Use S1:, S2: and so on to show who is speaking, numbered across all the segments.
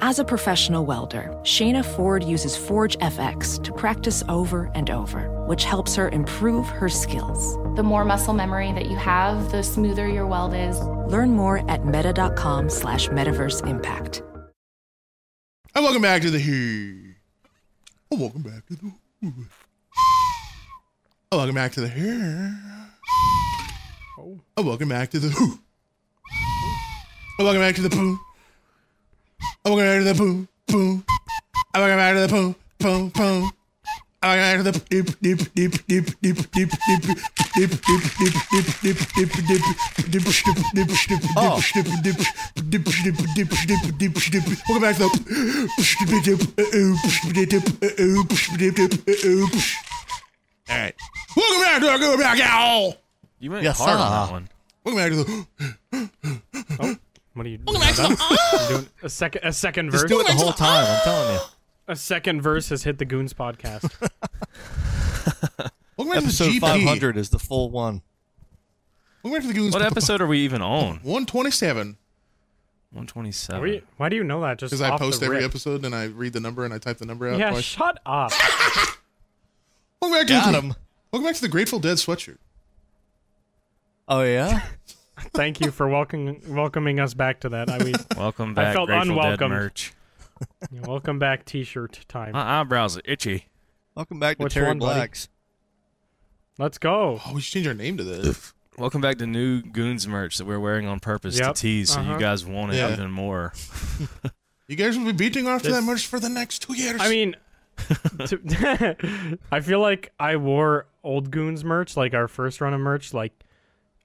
S1: As a professional welder, Shayna Ford uses Forge FX to practice over and over, which helps her improve her skills.
S2: The more muscle memory that you have, the smoother your weld is.
S1: Learn more at meta.com slash metaverse impact.
S3: And welcome back to the Who. Oh, welcome back to the Who. Oh, welcome back to the Who. Oh, welcome back to the Who. Oh, welcome back to the Pooh. Oh, welcome back to the Pooh. Pooh. Oh, welcome back to the Pooh. Pooh. Pooh. Oh, welcome back to the Deep, deep, deep, deep, deep, deep, deep, deep, deep, deep, deep, deep, deep, deep, deep, deep, deep, deep, deep,
S4: Oh.
S3: deep, deep, deep, deep, deep, deep, deep, deep. Welcome back to the. All right. Welcome back to the Go Back Owl.
S4: You went
S3: Yes,
S4: hard
S3: sir.
S4: on that one.
S3: Welcome back to the.
S5: What are you doing? doing a second, a second verse.
S3: Just do
S4: The whole time, I'm telling you.
S5: A second verse has hit the Goons podcast.
S3: Welcome back to the
S4: Episode
S3: GP.
S4: 500 is the full one.
S3: Welcome back to the Goons.
S4: What episode are we even on?
S3: 127.
S4: 127.
S5: Were you- why do you know that? Just
S3: Because I
S5: off the
S3: post every
S5: rip?
S3: episode and I read the number and I type the number out.
S5: Yeah,
S3: twice.
S5: shut up.
S3: Welcome back to
S4: Got
S3: the,
S4: him.
S3: Welcome back to the Grateful Dead sweatshirt.
S4: Oh, yeah?
S5: Thank you for welcoming welcoming us back to that. I we
S4: Welcome
S5: I
S4: back, Grateful
S5: felt
S4: Dead
S5: unwelcomed.
S4: merch.
S5: welcome back T-shirt time.
S4: My eyebrows are itchy. Welcome back
S5: to Which Terry one, buddy? Black's. Let's go.
S3: Oh, we should change our name to this.
S4: Welcome back to new Goons merch that we're wearing on purpose
S5: Yep.
S4: to tease, so
S5: Uh-huh.
S4: you guys want it
S3: Yeah.
S4: even more.
S3: you guys will be beating off to
S5: This-
S3: that merch for the next two years.
S5: I mean, to, I feel like I wore old Goons merch, like our first run of merch, like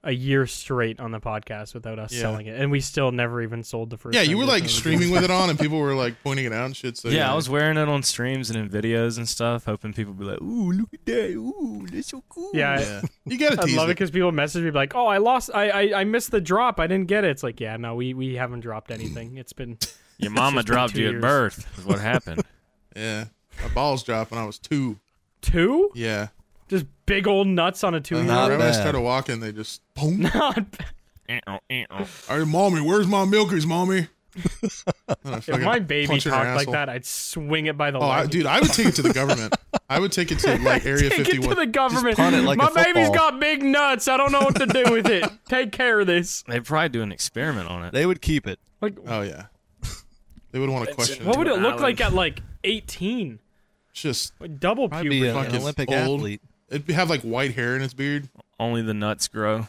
S5: a year straight on the podcast without us
S3: Yeah.
S5: selling it, and we still never even sold the first.
S3: yeah,
S5: time
S3: you were
S5: we
S3: like
S5: sold it.
S3: streaming with it on, and people were like pointing it out and shit. So
S4: yeah, I was wearing it on streams and in videos and stuff, hoping people would be like, ooh, look at that. Ooh, that's so cool.
S5: Yeah, I-
S3: Yeah. you gotta
S5: I
S3: tease
S5: love it
S3: it.
S5: because people message me like, "Oh, I lost, I, I, I missed the drop. I didn't get it." It's like, yeah, no, we, we haven't dropped anything. It's been
S4: Your mama
S5: It's been
S4: dropped
S5: two
S4: you at
S5: years.
S4: birth, is what happened.
S3: yeah, my balls dropped when I was two.
S5: two,
S3: Yeah,
S5: just big old nuts on a two.
S3: right
S4: Not
S3: when I
S4: bad.
S3: started walking, they just boom.
S5: Not bad.
S4: Eh-oh, eh-oh.
S3: All right, mommy, where's my milkers, mommy? And I
S5: if
S3: fucking
S5: my baby
S3: punch her in her
S5: talked like
S3: asshole.
S5: that, I'd swing it by the
S3: Oh, I,
S5: leg.
S3: dude, I would take it to the government. I would take it to like Area
S5: Take it
S3: 51.
S5: to the government.
S4: punt it like a
S5: My
S4: football.
S5: baby's got big nuts. I don't know what to do with it. Take care of this.
S4: They'd probably do an experiment on it.
S6: They would keep it.
S5: Like,
S3: Oh yeah, they would want to question.
S5: what
S3: What
S5: would
S4: to
S5: it
S4: an
S5: look like
S4: island.
S5: at like 18?
S3: just
S5: Like double
S6: I'd be
S5: puberty.
S6: a-
S3: fucking
S6: an Olympic
S3: old.
S6: athlete.
S3: It'd be- have like white hair in its beard.
S4: Only the nuts grow.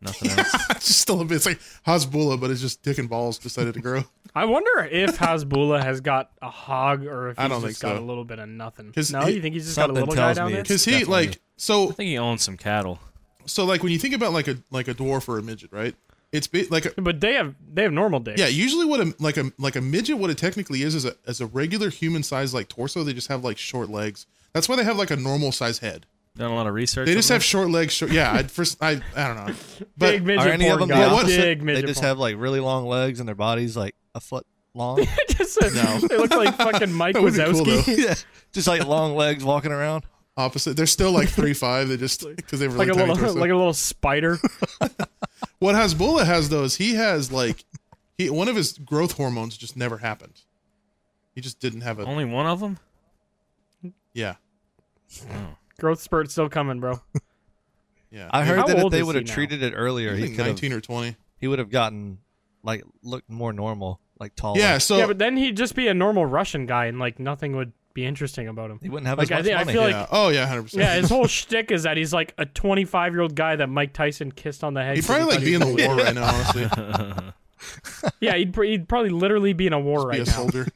S4: Nothing else.
S3: it's just still a bit. It's like Hasbulla, but it's just dick and balls decided to grow.
S5: I wonder if Hasbullah has got a hog or if he's
S3: I don't
S5: just
S3: think
S5: got
S3: so.
S5: a little bit of nothing.
S3: 'Cause
S5: No,
S3: he-
S5: you think he's just got a
S6: something
S5: little guy
S6: tells
S5: down
S6: me
S5: there?
S6: it's-
S3: Because he
S6: Definitely.
S3: like so
S4: I think he owns some cattle.
S3: so like when you think about like a like a dwarf or a midget, right? It's be, like a,
S5: But they have they have normal dicks.
S3: yeah. Usually, what a like a like a midget, what it technically is, is a is a regular human size like torso. They just have like short legs. That's why they have like a normal size head.
S4: Done a lot of research.
S3: They
S4: on
S3: just
S4: that.
S3: have short legs. Short, yeah, I first I I don't know, but
S5: big
S6: Are
S5: midget
S6: any of
S5: porn
S6: them
S5: guy.
S6: the opposite?
S5: Big
S6: They
S5: midget
S6: just
S5: porn.
S6: have like really long legs and their bodies like a foot long.
S5: Just a- They look like fucking Mike
S3: That would be cool,
S5: Wazowski.
S3: though.
S6: yeah, just like long legs walking around.
S3: opposite. They're still like three five. They just because they were
S5: like
S3: like
S5: a little
S3: torso.
S5: like a little spider.
S3: What Hasbullah has though is he has like he one of his growth hormones just never happened. He just didn't have a
S4: Only one of them?
S3: yeah
S5: Growth spurt still coming, bro.
S3: yeah.
S6: I
S3: He-
S6: heard
S5: How
S6: that if
S5: old
S6: they
S5: is
S6: would
S5: he
S6: have
S5: now?
S6: treated it earlier,
S3: I
S6: he
S3: think
S6: could have.
S3: nineteen or twenty.
S6: He would have gotten like looked more normal, like taller.
S3: Yeah, so
S5: yeah, but then he'd just be a normal Russian guy, and like nothing would be interesting about him.
S6: he wouldn't have
S5: Like,
S6: as much
S5: I, thi- I
S6: money.
S5: feel like
S3: yeah. oh yeah, hundred
S5: yeah, his
S3: percent.
S5: whole shtick is that he's like a 25 year old guy that Mike Tyson kissed on the head.
S3: He'd
S5: 'cause he
S3: probably like
S5: thought
S3: be
S5: he
S3: in the
S5: was-
S3: war right now. Honestly, Just
S5: Yeah, he'd, pr- he'd probably literally be in a war
S3: be
S5: right
S3: a
S5: now.
S3: soldier.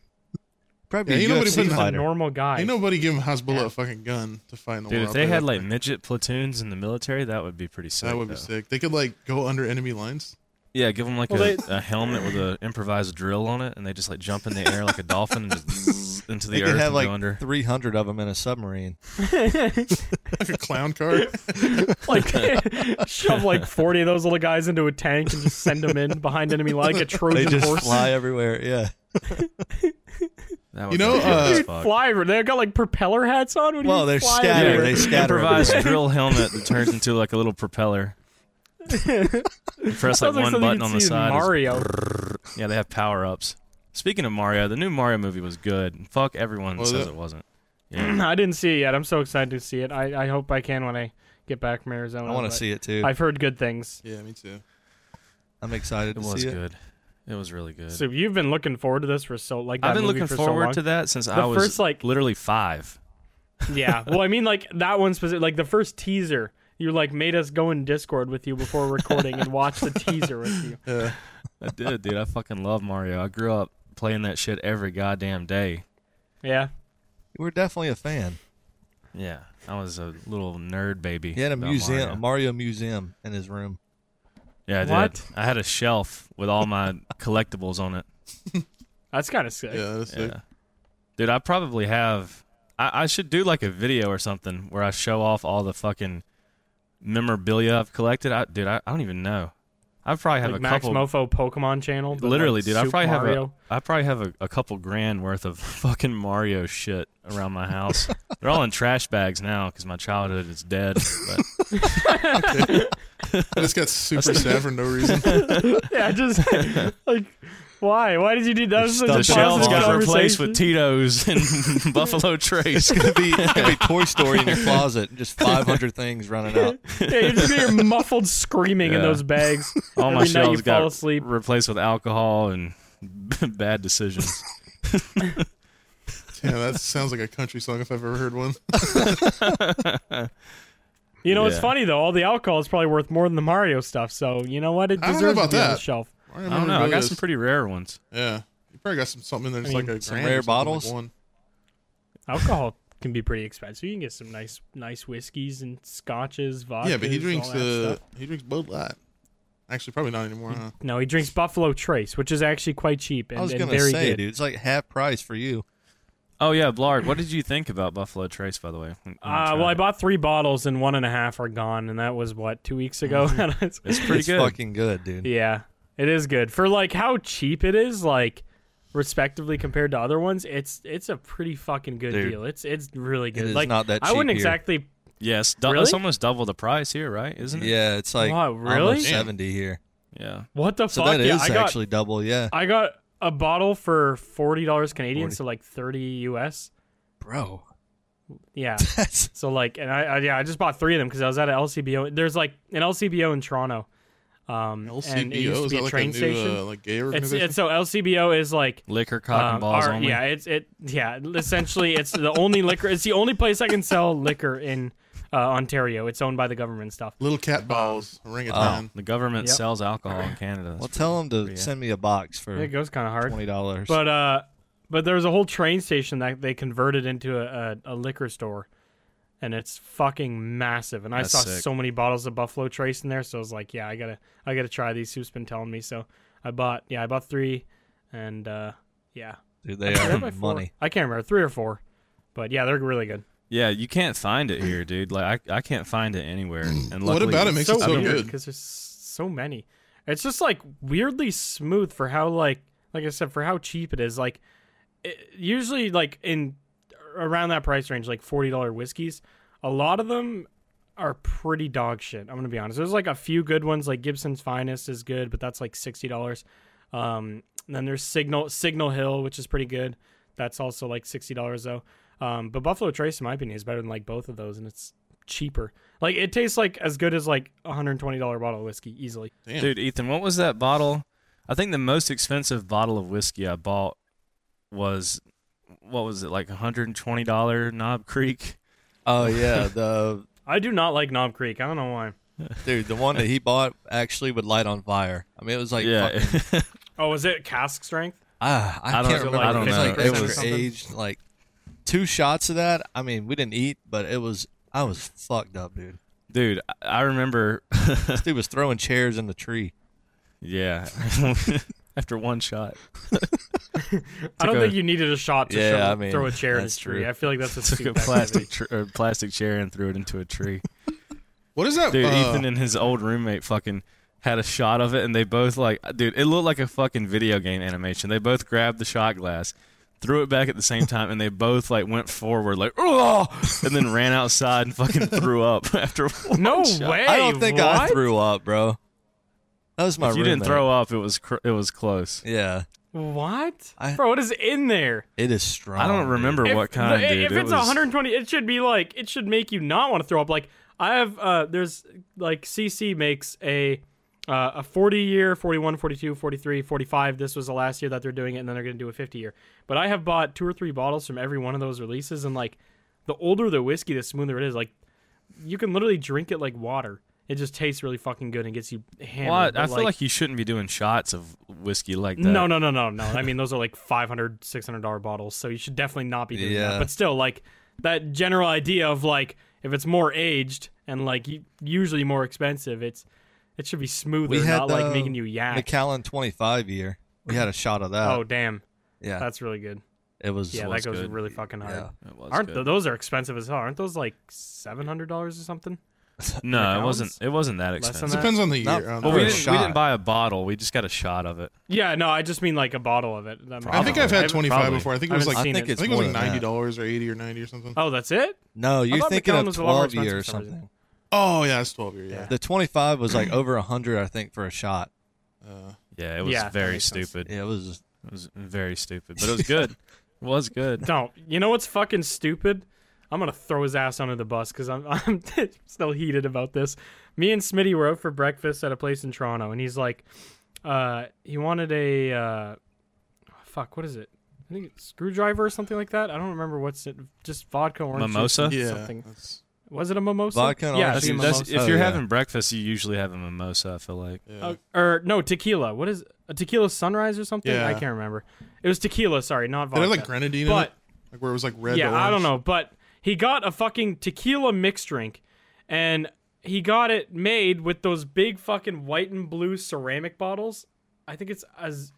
S6: Probably
S3: Yeah,
S6: a
S3: ain't nobody
S6: UFC
S3: putting-
S5: He's a
S6: fighter.
S5: normal guy.
S3: Ain't nobody giving Hasbullah a fucking gun to fight in the
S4: Dude,
S3: war.
S4: if
S3: I'll
S4: they
S3: tell
S4: had
S3: you
S4: like
S3: that.
S4: midget platoons in the military, that would be pretty sick.
S3: that would be
S4: though.
S3: sick. They could like go under enemy lines.
S4: Yeah, give them like
S5: Well,
S4: a,
S5: they-
S4: a helmet with an improvised drill on it, and they just like jump in the air like a dolphin and just zzz into the
S6: They
S4: earth
S6: could have
S4: and
S6: like
S4: go under.
S6: 300 of them in a submarine.
S3: Like a clown car.
S5: Like shove like forty of those little guys into a tank and just send them in behind enemy like a
S6: They
S5: Trojan
S6: just
S5: horse.
S6: fly everywhere. Yeah.
S4: That would
S3: You
S4: be
S3: know,
S4: weird as
S5: Dude,
S4: fuck.
S5: fly over. They got like propeller hats on. What do you
S6: Well,
S5: mean
S6: they're
S5: fly
S6: scattered.
S5: everywhere?
S6: They scatter.
S4: improvised
S6: everywhere.
S4: drill helmet that turns into like a little propeller. You press like
S5: Sounds like
S4: one
S5: something
S4: button
S5: you'd
S4: on the
S5: see in
S4: side. it's-
S5: Mario.
S4: Yeah, they have power ups. Speaking of Mario, the new Mario movie was good. Fuck everyone that
S3: Was
S4: says
S3: it?
S4: it wasn't.
S5: I didn't see it yet. I'm so excited to see it. I, I hope I can when I get back from Arizona.
S6: I want
S5: but
S6: to see it too.
S5: I've heard good things.
S3: Yeah, me too.
S6: I'm excited
S4: It
S6: to
S4: was
S6: see
S4: good. It was really good.
S5: So you've been looking forward to this for so like that
S4: I've been
S5: movie
S4: looking
S5: for
S4: forward to
S5: so long.
S4: that since I was
S5: first, like-
S4: literally five.
S5: yeah. Well, I mean like that one specific like the first teaser. You like made us go in Discord with you before recording and watch the teaser with you.
S4: I did, dude. I fucking love Mario. I grew up playing that shit every goddamn day.
S5: Yeah.
S6: it. We're definitely a fan.
S4: Yeah, I was a little nerd baby.
S6: He had a
S4: about
S6: museum,
S4: Mario.
S6: a Mario museum in his room.
S4: Yeah, I
S5: What?
S4: did. I had a shelf with all my collectibles on it.
S5: That's kind of sick.
S3: Yeah, that's sick.
S4: Yeah. Dude, I probably have. I, I should do like a video or something where I show off all the fucking memorabilia I've collected. I, dude, I, I don't even know. I probably have
S5: Like
S4: a
S5: Max
S4: couple.
S5: Mofo Pokemon channel. but,
S4: literally,
S5: like,
S4: dude, I
S5: Super
S4: probably
S5: Mario.
S4: have a. I probably have a, a couple grand worth of fucking Mario shit around my house. They're all in trash bags now because my childhood is dead. But
S3: I just got super sad for no reason.
S5: Yeah, just like why? Why did you do that? was such
S4: the
S5: a
S4: shelves
S5: positive
S4: got replaced
S5: conversation.
S4: with Tito's and Buffalo Trace.
S6: It's gonna be, it's gonna be Toy Story in your closet, and just 500 things running out.
S5: Yeah, you're just gonna hear muffled screaming in
S4: Yeah.
S5: those bags.
S4: All my
S5: Every night
S4: shelves
S5: you fall
S4: got
S5: asleep.
S4: replaced with alcohol and bad decisions.
S3: Damn, that sounds like a country song if I've ever heard one.
S5: You know, it's
S4: Yeah.
S5: funny though. All the alcohol is probably worth more than the Mario stuff. So you know what? It
S3: I don't know
S5: deserves
S3: about
S5: to be on the
S3: that.
S5: shelf.
S3: I,
S4: I don't know. I got some pretty rare ones.
S3: Yeah, you probably got some something in there, just
S5: mean,
S3: like a
S6: some
S3: grand or
S6: rare
S3: something, like
S6: bottles?
S3: one.
S5: Alcohol can be pretty expensive. You can get some nice, nice whiskeys and scotches, vodkas.
S3: Yeah, but he drinks
S5: all that
S3: uh,
S5: stuff.
S3: he drinks Bud Light. Actually, probably not anymore.
S4: Hmm.
S3: Huh?
S5: No, he drinks Buffalo Trace, which is actually quite cheap and,
S6: I was
S5: and
S6: gonna
S5: very
S6: say,
S5: good.
S6: dude, it's like half price for you.
S4: Oh yeah, Blarg. What did you think about Buffalo Trace, by the way? when- when you
S5: Uh,
S4: tried
S5: well, I
S4: it?
S5: bought three bottles and one and a half are gone, and that was what two weeks ago.
S3: Mm-hmm.
S4: It's pretty
S6: it's
S4: good.
S6: fucking good, dude.
S5: Yeah, it is good for like how cheap it is, like respectively compared to other ones. It's it's a pretty fucking good
S6: Dude.
S5: deal. It's it's really good.
S6: is
S5: like
S6: not that
S5: I
S6: cheap
S5: wouldn't
S6: here.
S5: exactly.
S4: yes, du-
S5: Really?
S4: it's almost double the price here, right? Isn't it?
S6: Yeah, it's like
S5: Wow, really?
S6: almost
S3: Damn.
S6: 70 here.
S4: Yeah.
S5: What the
S6: So
S5: fuck?
S6: that is
S5: yeah, I got Uh,
S6: actually double. Yeah,
S5: I got a bottle for forty dollars Canadian,
S6: 40.
S5: so like thirty US.
S6: bro.
S5: Yeah.
S6: That's
S5: So like, and I, I yeah, I just bought three of them because I was at a LCBO. There's like an LCBO in Toronto. Um, and it used
S3: LCBO
S5: to
S3: is
S5: be
S3: that
S5: a
S3: like
S5: train
S3: a new
S5: station.
S3: uh, like gay
S5: it's
S3: organization?
S5: it's so LCBO is like
S4: Liquor, cotton
S5: Um,
S4: balls
S5: our-
S4: only.
S5: Yeah, it's it. Yeah, essentially, it's the only liquor. It's the only place I can sell liquor in uh, Ontario. It's owned by the government and stuff.
S3: Little cat balls, orangutan.
S5: Oh.
S4: The government
S5: Yep.
S4: sells alcohol in Canada. That's
S6: Oh. well. Tell them to send me a box
S5: It
S6: for
S5: goes kind of hard.
S6: Mm-hmm. twenty dollars.
S5: But uh, but there was a whole train station that they converted into a, a, a liquor store, and it's fucking massive. And I
S4: That's
S5: saw
S4: sick.
S5: so many bottles of Buffalo Trace in there, so I was like, yeah, I gotta I gotta try these. Who's been telling me? So I bought yeah, I bought three, and uh, yeah,
S6: Dude, they
S5: Did I
S6: are
S5: buy four?
S6: money.
S5: I can't remember three or four, but yeah, they're really good.
S4: Yeah, you can't find it here, dude. Like I, I can't find it anywhere.
S6: Mm.
S4: And
S3: What
S4: luckily-
S3: about it makes it so good?
S5: because there's so many. It's just like weirdly smooth for how like like I said for how cheap it is. Like it, usually like in around that price range, like forty dollar whiskeys, a lot of them are pretty dog shit. I'm gonna be honest. There's like a few good ones, like Gibson's Finest is good, but that's like sixty dollars. Um, and then there's Signal Signal Hill, which is pretty good. That's also like sixty dollars though. Um, but Buffalo Trace, in my opinion, is better than like both of those, and it's cheaper. Like it tastes like as good as like a hundred twenty dollar bottle of whiskey easily.
S3: Damn.
S4: Dude, Ethan, what was that bottle? I think the most expensive bottle of whiskey I bought was what was it like $120 Knob Creek?
S6: Oh yeah, the
S5: I do not like Knob Creek. I don't know why.
S6: dude, the one that he bought actually would light on fire. I mean, it was like
S4: yeah.
S6: fucking-
S5: Oh, is it cask strength?
S6: ah, I,
S4: I don't-
S6: can't remember.
S4: I don't
S6: it was,
S4: know.
S6: like, it
S5: 50% or
S6: was
S5: something?
S6: aged like two shots of that. I mean, we didn't eat, but it was I was fucked up, dude.
S4: dude, I- I remember
S6: This dude was throwing chairs in the tree.
S4: Yeah. After one shot.
S5: I don't
S4: a-
S5: think you needed a shot to
S6: Yeah,
S5: show,
S6: I mean,
S5: throw a chair in a
S4: that's
S5: tree.
S4: true.
S5: I feel like that's a
S4: Took a
S5: stupid
S4: plastic
S5: activity.
S4: tr- or plastic chair and threw it into a tree.
S3: What is that?
S4: Dude,
S3: uh,
S4: Ethan and his old roommate fucking had a shot of it, and they both like, dude, it looked like a fucking video game animation. They both grabbed the shot glass, threw it back at the same time, and they both like went forward like, oh, and then ran outside and fucking threw up after. One
S5: No
S4: shot.
S5: way.
S6: I don't think I
S5: what?
S6: threw up, bro. That was my.
S4: If you didn't
S6: roommate.
S4: throw up, it was cr- it was close.
S6: Yeah,
S5: What?
S6: I-
S5: Bro, what is in there?
S6: it is strong.
S4: I don't
S6: dude.
S4: remember what kind,
S5: the-
S4: dude.
S5: If
S4: It
S5: it's
S4: was-
S5: 120, it should be like it should make you not want to throw up. Like I have, uh, there's like CC makes a uh, a 40 year, 41, 42, 43, 45. This was the last year that they're doing it, and then they're gonna do a 50 year. But I have bought two or three bottles from every one of those releases, and like the older the whiskey, the smoother it is. Like you can literally drink it like water. It just tastes really fucking good and gets you hammered.
S4: Well, I,
S5: but,
S4: I feel like, you shouldn't be doing shots of whiskey like that.
S5: No, no, no, no, no. I mean, those are like 500 $600 dollar bottles, so you should definitely not be doing
S6: Yeah.
S5: that. But still, like that general idea of like if it's more aged and like u- usually more expensive, it's it should be smoother,
S6: We had
S5: not
S6: the
S5: like making you yak.
S6: McAllen 25 year. We had a shot of that.
S5: oh damn,
S6: yeah,
S5: that's really good.
S6: it was.
S5: Yeah,
S4: was
S5: that goes
S4: good.
S5: really fucking hard.
S6: Yeah.
S4: It was
S5: Aren't
S4: good.
S5: th- those are expensive as hell? Aren't those like seven hundred dollars or something?
S4: no, it
S5: pounds?
S4: wasn't. It wasn't that
S5: Less than
S4: expensive.
S5: that? Oh,
S3: depends on the year.
S6: Not-
S3: on the
S4: Well, we
S6: For a
S3: year.
S4: didn't, we didn't
S6: shot.
S4: buy a bottle. We just got a shot of it.
S5: Yeah, no, I just mean like a bottle of it. That makes
S3: I think I've had
S5: sense.
S3: twenty five
S4: probably.
S3: before. I think it
S5: I
S3: was
S5: haven't
S3: like
S5: seen
S6: I think
S5: it.
S3: I
S6: it's
S3: think it was like
S6: more than
S3: ninety
S6: that.
S3: dollars or eighty or ninety or something.
S5: Oh, that's it.
S6: No, you're
S5: thought
S6: thinking
S5: McAllen
S6: of
S5: was a lot more
S6: 12 year or
S5: expensive for some
S6: something.
S5: reason.
S3: Oh yeah, it's twelve year. Yeah.
S5: Yeah.
S6: The 25 was like over 100, I think, for a shot.
S3: Uh,
S4: Yeah, it was
S5: Yeah, that
S4: very
S5: makes sense.
S4: stupid.
S6: Yeah, it was.
S4: It was very stupid, but it was good. it was good.
S5: Don't. You know what's fucking stupid? I'm gonna throw his ass under the bus because I'm I'm still heated about this. Me and Smitty were out for breakfast at a place in Toronto, and he's like, uh, he wanted a uh, fuck, what is it? I think it's screwdriver or something like that. I don't remember what's it. Just vodka, orange juice,
S4: Mimosa?
S5: and
S3: Yeah,
S5: something.
S3: that's-
S5: Was it a mimosa?
S6: Vodka and
S5: yeah,
S6: orange
S4: That's,
S5: it's a
S6: juice.
S4: that's-
S5: mimosa.
S4: if
S6: Oh,
S4: you're
S6: yeah.
S4: having breakfast, you usually have a mimosa. I feel like
S3: yeah.
S5: Uh, or no, tequila. What is a tequila sunrise or something?
S3: Yeah.
S5: I can't remember. It was tequila. Sorry, not
S3: Did
S5: vodka.
S3: it have like grenadine in
S5: But-
S3: it? Like where it was like red.
S5: yeah,
S3: to
S5: I
S3: orange?
S5: don't know, but he got a fucking tequila mixed drink, and he got it made with those big fucking white and blue ceramic bottles. I think it's as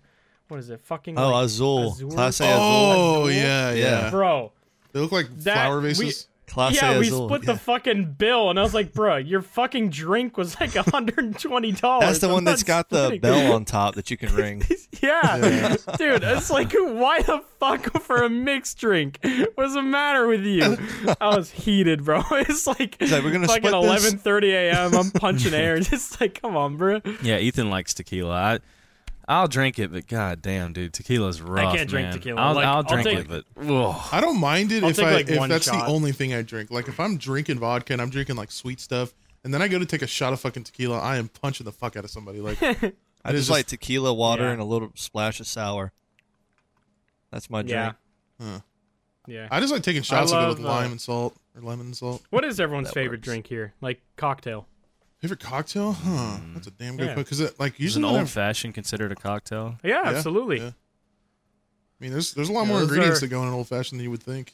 S5: what is it? Fucking
S6: Oh,
S5: like,
S6: Azul.
S5: Azul?
S6: Class A Azul.
S3: Oh
S5: Azul?
S3: yeah, yeah.
S6: Yeah.
S5: bro.
S3: They look like
S5: That-
S3: flower
S5: we-
S3: vases.
S6: Class
S5: yeah,
S6: A
S5: we
S6: Azul.
S5: split
S6: yeah.
S5: the fucking bill, and I was like, bro, your fucking drink was like hundred and twenty dollars.
S6: That's the one that's got the bell on top that you can ring.
S5: Yeah. dude, it's like, why the fuck for a mixed drink? What's the matter with you? I was heated, bro. It's like,
S6: like, we're gonna
S5: fucking
S6: split this?
S5: 11:30 a.m. I'm punching air, just like, come on, bro.
S4: yeah, Ethan likes tequila. I, I'll drink it, but god damn, dude, tequila's rough.
S5: can't drink
S4: man.
S5: tequila.
S4: I'll,
S5: Like,
S4: I'll
S5: I'll
S4: drink it,
S5: take-
S4: but ugh.
S3: I don't mind it
S5: I'll
S3: if
S5: take,
S3: I
S5: like,
S3: if
S5: one
S3: that's the
S5: shot.
S3: only thing I drink. Like if I'm drinking vodka and I'm drinking like sweet stuff, and then I go to take a shot of fucking tequila, I am punching the fuck out of somebody. Like
S6: I just like tequila, water,
S5: Yeah.
S6: and a little splash of sour. That's my drink.
S5: Yeah. Yeah.
S3: I just like taking shots of it
S5: love,
S3: with
S5: uh,
S3: lime and salt or lemon and salt.
S5: What is everyone's
S6: That
S5: favorite
S6: works.
S5: drink here? Like cocktail.
S3: Favorite cocktail? Huh. That's a damn good
S5: Mm. Yeah.
S3: question. Because like
S4: Is
S3: usually
S4: an
S3: when
S4: old
S3: I've-
S4: fashioned considered a cocktail?
S5: Yeah,
S3: yeah,
S5: absolutely.
S3: yeah. I mean, there's there's a lot
S5: Yeah,
S3: more
S5: those
S3: ingredients
S5: are-
S3: that go in an old fashioned than you would think.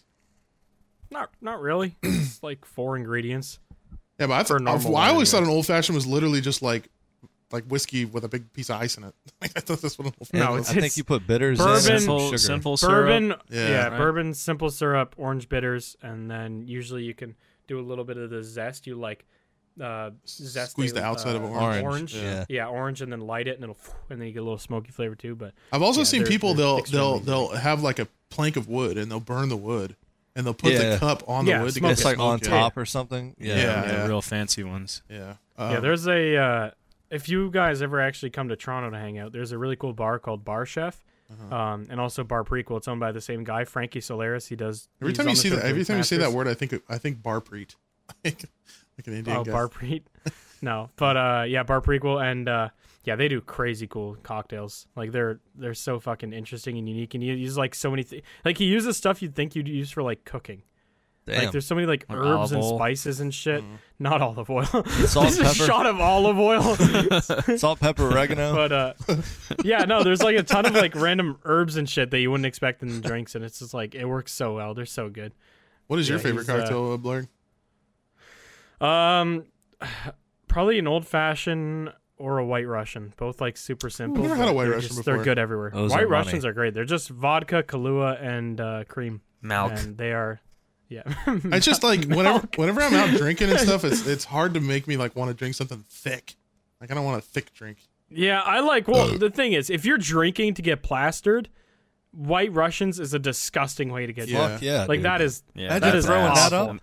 S5: Not not really. it's like four ingredients.
S3: Yeah, but I,
S5: For a
S3: th- I,
S5: normal
S3: I
S5: one,
S3: always thought
S5: anyway.
S3: an old fashioned was literally just like like whiskey with a big piece of ice in it. Like I thought that's what an old
S5: No,
S3: fashioned was.
S6: I think
S5: it's
S6: you put bitters
S5: bourbon-
S6: in and
S4: simple,
S6: sugar.
S4: simple syrup.
S5: Bourbon,
S3: Yeah.
S5: yeah,
S4: Right.
S5: bourbon, simple syrup, orange bitters, and then usually you can do a little bit of the zest. You like uh, zest uh,
S3: Squeeze the outside of an
S6: orange.
S5: orange,
S6: Yeah.
S5: yeah. orange, and then light it, and it'll, and then you get a little smoky flavor too. But
S3: I've also
S5: Yeah,
S3: seen
S5: they're-
S3: people
S5: they're
S3: they'll they'll
S5: extremely
S3: they'll have like a plank of wood and they'll burn the wood and they'll put the
S6: Yeah.
S3: cup on the
S5: Yeah,
S3: wood to
S5: smoke
S3: get
S6: It's
S3: the
S6: like on
S3: smoke,
S6: top or something. Yeah.
S3: Yeah.
S4: the real fancy ones.
S3: Yeah,
S5: yeah,
S3: Um,
S5: there's a uh, if you guys ever actually come to Toronto to hang out, there's a really cool bar called Bar Chef.
S3: Uh-huh.
S5: Um, and also Bar Prequel. It's owned by the same guy, Frankie Solaris. He does.
S3: every
S5: he's
S3: time
S5: on
S3: you
S5: the
S3: see that
S5: Third
S3: every
S5: Drink
S3: time you say that
S5: Masters.
S3: word, I think I think barpreet, like an Indian
S5: Oh,
S3: guy.
S5: bar preet. No, but uh, yeah, bar prequel, and uh, yeah, they do crazy cool cocktails. Like they're they're so fucking interesting and unique, and he uses like so many thi- like he uses stuff you'd think you'd use for like cooking.
S6: Damn.
S5: Like there's so many like
S4: Like
S5: herbs and
S4: olive oil.
S5: spices and shit. Not olive oil.
S6: Salt,
S5: Just a
S6: pepper.
S5: shot of olive oil.
S6: Salt, pepper, oregano.
S5: but uh, yeah, no, there's like a ton of like random herbs and shit that you wouldn't expect in the drinks, and it's just like it works so well. They're so good.
S3: What is your
S5: yeah,
S3: favorite
S5: he's, uh,
S3: cocktail, uh, Blair?
S5: Um, probably an old fashioned or a White Russian, both like super simple.
S3: never
S5: but
S3: had a White
S5: they're
S3: Russian
S5: just-
S3: before.
S5: They're good everywhere.
S6: Those
S5: white
S6: are money.
S5: Russians are great. They're just vodka, Kahlua, and uh, cream.
S4: Malk.
S5: And they are, yeah.
S3: I just like whenever whenever I'm out drinking and stuff, it's it's hard to make me like want to drink something thick. Like I don't want a thick drink.
S5: Yeah, I like. Well, the thing is, if you're drinking to get plastered, White Russians is a disgusting way to get
S3: Yeah.
S6: Fuck yeah.
S5: drunk. Like
S6: dude.
S5: that is,
S4: Yeah,
S5: that
S6: just
S5: is
S6: throwing that
S5: awful.
S6: up?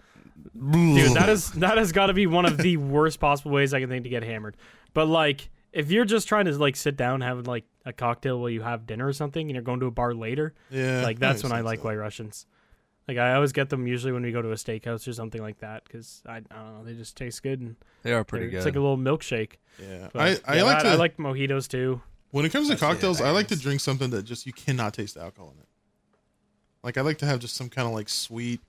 S3: Mm.
S5: dude. That is that has got to be one of the worst possible ways I can think to get hammered. But like, if you're just trying to like sit down having like a cocktail while you have dinner or something, and you're going to a bar later,
S3: Yeah,
S5: like
S3: that makes
S5: that's when I
S3: sense,
S5: like
S3: though.
S5: White Russians. Like I always get them usually when we go to a steakhouse or something like that because I, I don't know they just taste good and
S6: They are pretty
S5: they're-
S6: good.
S5: It's like a little milkshake.
S3: Yeah,
S5: But,
S3: I, I
S5: yeah,
S3: like
S5: that-
S3: to
S5: I like mojitos too.
S3: when it comes to
S6: That's- yeah,
S3: cocktails.
S6: I
S3: I like to
S6: guess.
S3: drink something that just you cannot taste the alcohol in it. Like I like to have just some kind of like sweet,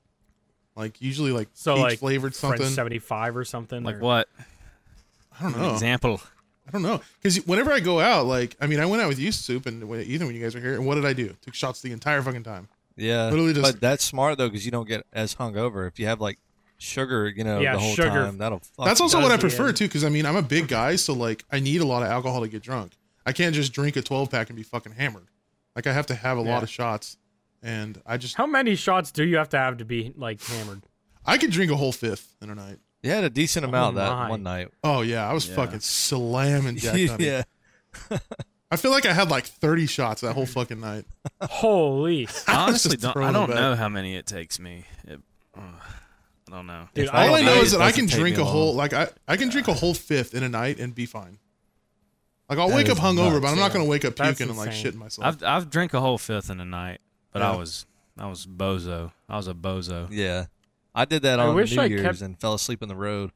S3: like usually like
S5: So
S3: peach
S5: like
S3: flavored something.
S5: French seventy five or something.
S4: Like
S5: or-
S4: what?
S3: I don't
S4: An
S3: know.
S4: example.
S3: I don't know because whenever I go out, like I mean, I went out with you, soup, and when- Ethan when you guys were here, and what did I do? Took shots the entire fucking time.
S6: yeah.
S3: literally just-
S6: but that's smart though because you don't get as hungover if you have like sugar, you know,
S5: Yeah,
S6: the whole
S5: sugar.
S6: time. That'll fuck.
S3: That's also
S5: does
S3: what I
S5: the
S3: prefer
S5: end.
S3: too, because I mean, I'm a big guy, so like I need a lot of alcohol to get drunk. I can't just drink a 12 pack and be fucking hammered. Like I have to have a lot
S5: Yeah.
S3: of shots, and I just
S5: How many shots do you have to have to be like hammered?
S3: I could drink a whole fifth in a night.
S6: you had a decent amount that
S5: my.
S6: one night.
S3: Oh yeah, I was fucking slamming Jack Daniels.
S6: yeah.
S3: I feel like I had like 30 shots that whole fucking night.
S4: I
S5: Holy,
S3: was
S4: honestly
S3: just
S4: don't.
S3: throwing
S4: I
S3: it
S4: don't
S3: back.
S4: know how many it takes me. It- ugh, I don't know.
S5: dude!
S3: All I
S5: don't
S3: know
S6: it
S3: is that I
S6: doesn't
S3: can
S6: take
S3: drink
S6: me
S3: a whole
S6: long.
S3: like I I can drink a whole fifth in a night and be fine. Like I'll
S6: That
S3: wake up
S6: is
S3: hungover,
S6: nuts,
S3: but I'm not gonna wake up
S5: That's
S3: puking and like
S5: insane.
S3: shitting myself.
S4: I've I've drank a whole fifth in a night, but I
S3: Yeah.
S4: was I was bozo. I was a bozo.
S6: Yeah. I did that
S5: I
S6: on
S5: wish
S6: New
S5: I
S6: Year's
S5: kept-
S6: and fell asleep on the road.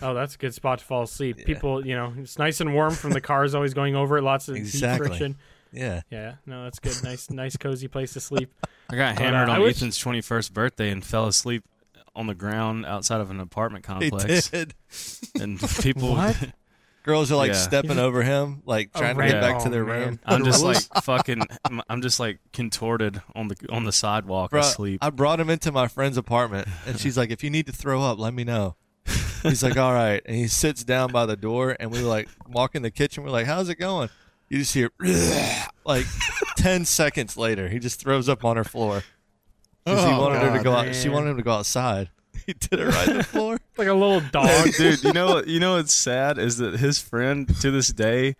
S5: Oh, that's a good spot to fall asleep. People, you know, it's nice and warm from the cars always going over it. Lots of heat
S6: Exactly.
S5: friction.
S6: Yeah.
S5: Yeah, no, that's good. Nice, nice, cozy place to sleep.
S4: I got
S5: But, uh,
S4: hammered
S5: I
S4: on
S5: wish-
S4: Ethan's twenty first birthday and fell asleep on the ground outside of an apartment complex.
S6: did.
S4: And people,
S5: What?
S6: Girls are like
S4: Yeah.
S6: stepping over him, like
S5: Oh,
S6: trying to get
S4: right.
S6: back to
S5: Oh,
S6: their
S5: man.
S6: room.
S4: I'm just like
S3: Underalls?
S4: fucking. I'm just like contorted on the on the sidewalk
S6: Bruh,
S4: asleep.
S6: I brought him into my friend's apartment, and she's like, "If you need to throw up, let me know." He's like, "All right," and he sits down by the door, and we like walk in the kitchen. We're like, "How's it going?" You just hear like ten seconds later, he just throws up on her floor because he
S3: Oh,
S6: wanted her to
S3: God.
S6: go out. She wanted him to go outside. He did it right on the floor.
S5: Like a little dog.
S4: dude you know what you know what's sad is that his friend to this day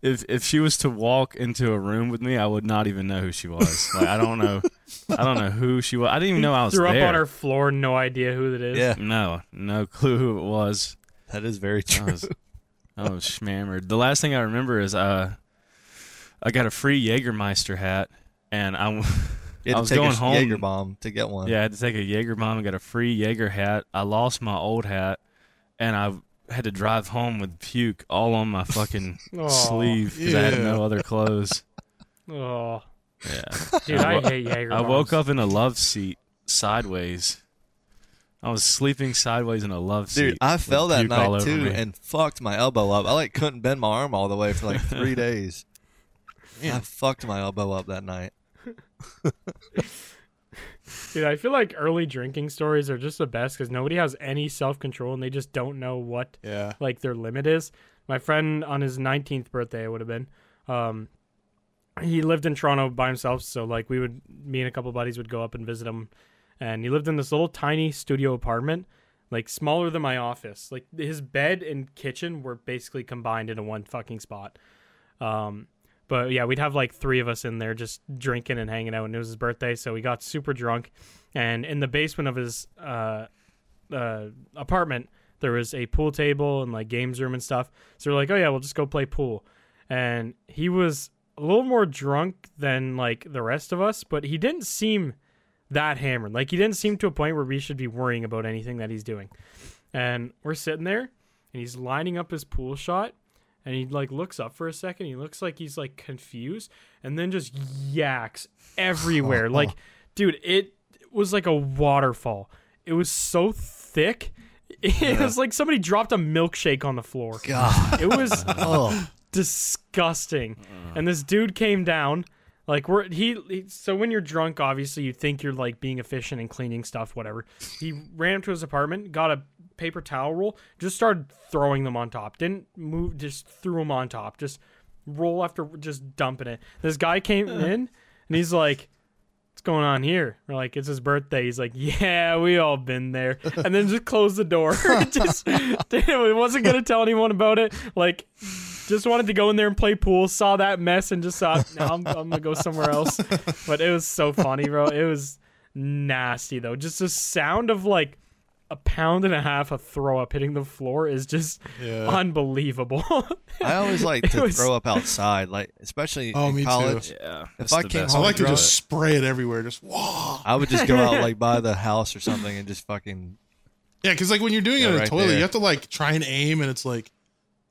S4: if if she was to walk into a room with me i would not even know who she was like i don't know i don't know who she was i didn't even know i was
S5: threw
S4: there
S5: up on her floor. No idea who that is.
S6: Yeah,
S4: no no clue who it was
S6: that is very
S4: i
S6: true.
S4: was i was schmammered the last thing i remember is uh i got a free jaegermeister hat and i w-
S6: You had
S4: I
S6: to
S4: was
S6: take
S4: going
S6: a
S4: home.
S6: Jaeger bomb to get one.
S4: Yeah, I had to take a Jaeger bomb and got a free Jaeger hat. I lost my old hat, and I had to drive home with puke all on my fucking
S5: Aw.
S4: sleeve because I had
S3: Yeah.
S4: no other clothes.
S5: Oh,
S4: Yeah,
S5: dude, I hate Jaeger.
S4: I woke up in a love seat sideways. I was sleeping sideways in a love seat.
S6: Dude, I
S4: with
S6: fell that
S4: puke all
S6: night
S4: over
S6: too
S4: me.
S6: and fucked my elbow up. I like couldn't bend my arm all the way for like three days. I fucked my elbow up that night.
S5: Dude, I feel like early drinking stories are just the best because nobody has any self control and they just don't know what
S3: Yeah.
S5: like their limit is. My friend on his 19th birthday it would have been. Um, he lived in Toronto by himself, so like we would, me and a couple buddies would go up and visit him, and he lived in this little tiny studio apartment, like smaller than my office. Like his bed and kitchen were basically combined into one fucking spot. Um, but yeah, we'd have like three of us in there just drinking and hanging out, and it was his birthday, so we got super drunk, and in the basement of his uh uh, apartment, there was a pool table and like games room and stuff. So we're like, oh yeah, we'll just go play pool. And he was a little more drunk than like the rest of us, but he didn't seem that hammered. Like he didn't seem to a point where we should be worrying about anything that he's doing. And we're sitting there, and he's lining up his pool shot, and he like looks up for a second. He looks like he's like confused, and then just yaks everywhere. like, dude, it was like a waterfall. It was so thick. It was like somebody dropped a milkshake on the floor.
S6: God.
S5: It was
S6: oh,
S5: disgusting. And this dude came down, like we're he, he. So when you're drunk, obviously you think you're like being efficient and cleaning stuff, whatever. He ran up to his apartment, got a paper towel roll, just started throwing them on top. Didn't move, just threw them on top. Just roll after, just dumping it. This guy came in and he's like, What's going on here? We're like, It's his birthday. He's like, Yeah, we all been there. And then just closed the door. just, dude, wasn't going to tell anyone about it. Like, just wanted to go in there and play pool. Saw that mess and just thought, no, I'm, I'm gonna go somewhere else. But it was so funny, bro. It was nasty though. Just the sound of like a pound and a half of throw up hitting the floor is just
S3: Yeah.
S5: unbelievable.
S6: I always like
S5: It
S6: to
S5: was-
S6: throw up outside, like especially
S3: Oh,
S6: in
S3: me too.
S6: college.
S4: Yeah.
S6: If
S4: that's
S6: I
S4: the
S6: came
S3: Oh,
S4: best.
S3: I
S6: home-
S3: like to
S6: Throw
S3: just
S6: it.
S3: spray it everywhere. Just wow.
S6: I would just go out like by the house or something and just fucking
S3: Yeah, because like when you're doing
S6: Yeah,
S3: it in a
S6: right
S3: toilet,
S6: there.
S3: you have to like try and aim, and it's like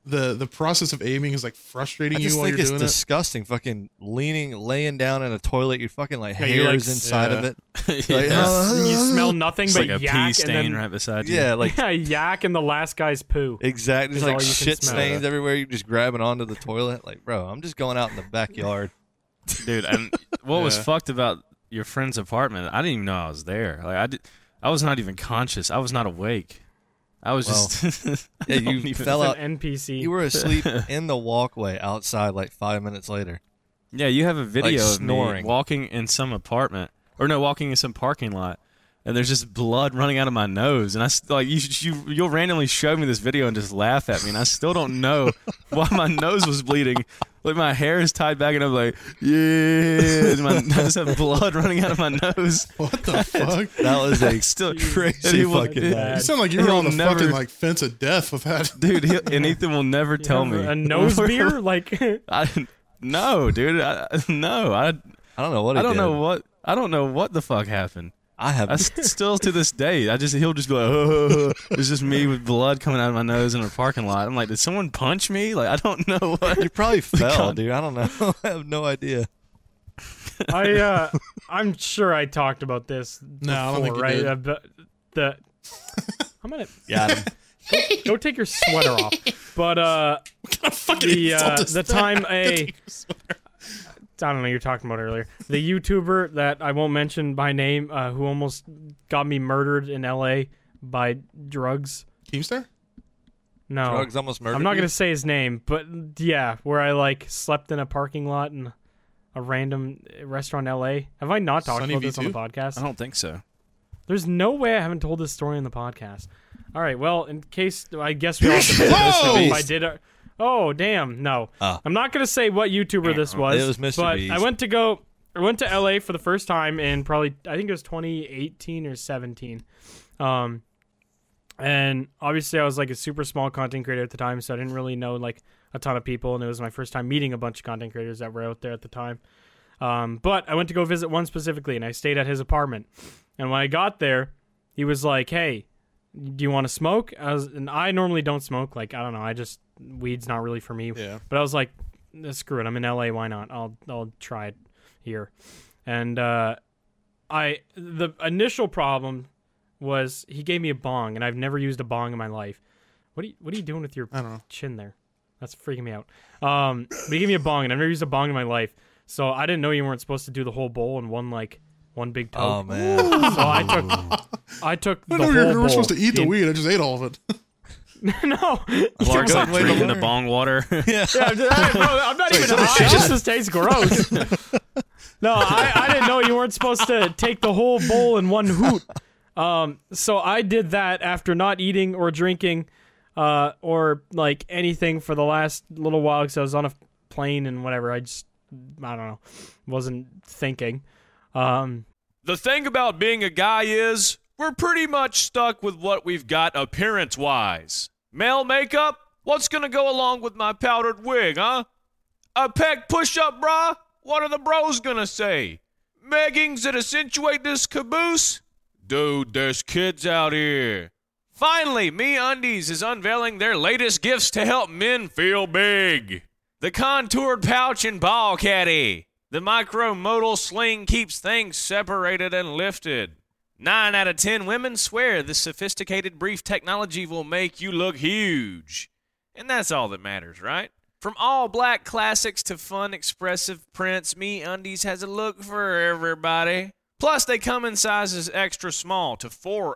S3: the the process of aiming is like frustrating
S6: I
S3: you
S6: just
S3: while
S6: think
S3: you're
S6: it's
S3: doing it.
S6: disgusting. Fucking leaning, laying down in a toilet, your fucking like
S5: Yeah,
S6: hairs
S5: you, like,
S6: inside of
S3: yeah.
S6: it. Like,
S4: yeah.
S5: you smell nothing
S4: It's
S5: but
S4: like a
S5: yak
S4: pea
S5: and
S4: stain
S5: then
S4: right beside you.
S6: yeah, like
S5: yeah, yak and the last guy's poo.
S6: exactly.
S5: Is
S6: There's
S5: all
S6: like
S5: you can
S6: shit
S5: smell.
S6: stains everywhere. You're just grabbing onto the toilet. Like, bro, I'm just going out in the backyard.
S4: dude. And what was
S3: Yeah.
S4: fucked about your friend's apartment? I didn't even know I was there. Like I did, I was not even conscious. I was not awake. I was just. I
S6: Yeah,
S4: don't
S6: you
S4: even-
S6: fell
S5: It's
S6: out.
S5: an NPC.
S6: You were asleep in the walkway outside like five minutes later.
S4: Yeah, you have a video of
S6: snoring.
S4: me walking in some apartment, or no, walking in some parking lot, and there's just blood running out of my nose. And I s- like you, sh- you, you'll randomly show me this video and just laugh at me, and I still don't know why my nose was bleeding. Like my hair is tied back, and I'm like, yeah, and my, I just have blood running out of my nose.
S3: What the fuck?
S6: That was a
S4: It's still
S6: Crazy
S4: and he will-
S6: fucking
S3: You
S5: bad.
S3: sound like you
S4: And
S3: were on the
S4: he'll never-
S3: fucking like fence of death with that.
S4: dude. He'll, and Ethan will never
S5: You
S4: tell
S5: have
S4: me
S5: a nose beer. Like
S4: I, no, dude. I, no, I,
S6: I don't know what. It
S4: I don't
S6: did.
S4: know what. I don't know what the fuck happened.
S6: I
S4: I
S6: have.
S4: s- still to this day, I just he'll just be like, oh, it's just me with blood coming out of my nose in a parking lot. I'm like, did someone punch me? Like, I don't know what.
S6: You probably fell,
S4: God.
S6: dude. I don't know. I have no idea.
S5: I, uh, I'm sure I talked about this.
S3: No, I don't
S5: before,
S3: think you
S5: right?
S3: did.
S5: About the I'm gonna
S6: Got him.
S5: go take your sweater off. But uh, the uh,
S3: insult is
S5: the
S3: that?
S5: time a I don't know you're talking about earlier the YouTuber that I won't mention by name uh, who almost got me murdered in L.A. by drugs.
S3: Keemstar?
S5: No,
S6: Drugs almost murdered.
S5: I'm not
S6: you?
S5: gonna say his name, but yeah, where I like slept in a parking lot in a random eh, restaurant in L.A. Have I not talked
S3: Sunny
S5: about this on the
S3: V2?
S5: podcast?
S4: I don't think so.
S5: There's no way I haven't told this story on the podcast. All right, well, in case I guess we all submitted this
S3: Whoa!
S5: to if I did. uh, oh damn, no.
S6: Ah.
S5: I'm not gonna say what YouTuber this was.
S6: It was Mr.
S5: But
S6: Beast.
S5: I went to go. I went to LA for the first time in probably I think it was 2018 or 17. Um, and obviously I was like a super small content creator at the time, so I didn't really know like a ton of people, and it was my first time meeting a bunch of content creators that were out there at the time. Um, but I went to go visit one specifically, and I stayed at his apartment. And when I got there, he was like, "Hey, do you want to smoke?" I was, and I normally don't smoke. Like I don't know, I just weed's not really for me.
S3: Yeah.
S5: But I was like, "Eh, "Screw it, I'm in LA. Why not? I'll I'll try it here." And uh, I the initial problem was he gave me a bong, and I've never used a bong in my life. What are you, what are you doing with your
S3: I don't know.
S5: chin there? That's freaking me out. Um, but he gave me a bong, and I've never used a bong in my life, so I didn't know you weren't supposed to do the whole bowl in one like one big toe.
S6: Oh man.
S5: So I took I took
S3: Um, I
S5: the
S3: know
S5: whole
S3: we were,
S5: bowl.
S3: we're supposed to eat the
S5: in-
S3: weed. I just ate all of it.
S5: no,
S4: Lark's like
S6: Wait, wait,
S4: drinking
S6: wait.
S4: the bong water.
S5: Yeah, I'm, just, I, bro, I'm not even high. It just tastes gross. no, I, I didn't know you weren't supposed to take the whole bowl in one hoot. Um, so I did that after not eating or drinking, uh, or like anything for the last little while because I was on a plane and whatever. I just I don't know, wasn't thinking. Um,
S4: The thing about being a guy is we're pretty much stuck with what we've got appearance wise. Male makeup? What's gonna go along with my powdered wig, huh? A peck push up bra? What are the bros gonna say? Meggings that accentuate this caboose? Dude, there's kids out here. Finally, Me Undies is unveiling their latest gifts to help men feel big. The contoured pouch and ball caddy. The micromodal sling keeps things separated and lifted. Nine out of ten women swear this sophisticated brief technology will make you look huge. And that's all that matters, right? From all black classics to fun, expressive prints, Me Undies has a look for everybody. Plus, they come in sizes extra small to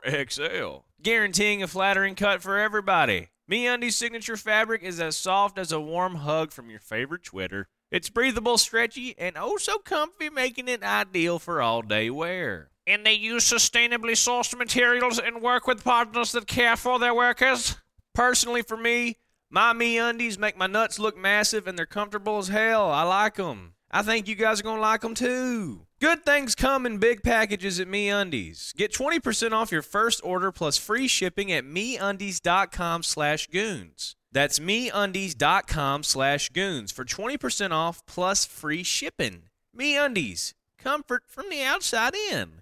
S4: 4XL, guaranteeing a flattering cut for everybody. MeUndies signature fabric is as soft as a warm hug from your favorite Twitter. It's breathable, stretchy, and oh so comfy, making it ideal for all-day wear. And they use sustainably sourced materials and work with partners that care for their workers. Personally, for me, my me undies make my nuts look massive and they're comfortable as hell. I like them. I think you guys are going to like them too. Good things come in big packages at me undies. Get 20% off your first order plus free shipping at meundies.com slash goons. That's meundies.com slash goons for 20% off plus free shipping. Me undies. Comfort from the outside in.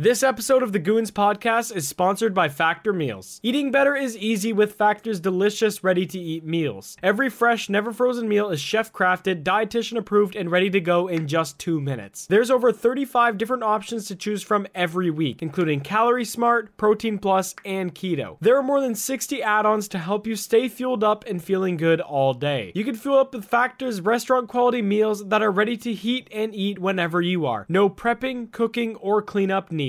S5: This episode of the Goons Podcast is sponsored by Factor Meals. Eating better is easy with Factor's delicious, ready to eat meals. Every fresh, never frozen meal is chef crafted, dietitian approved, and ready to go in just two minutes. There's over 35 different options to choose from every week, including Calorie Smart, Protein Plus, and Keto. There are more than 60 add ons to help you stay fueled up and feeling good all day. You can fuel up with Factor's restaurant quality meals that are ready to heat and eat whenever you are. No prepping, cooking, or cleanup needed.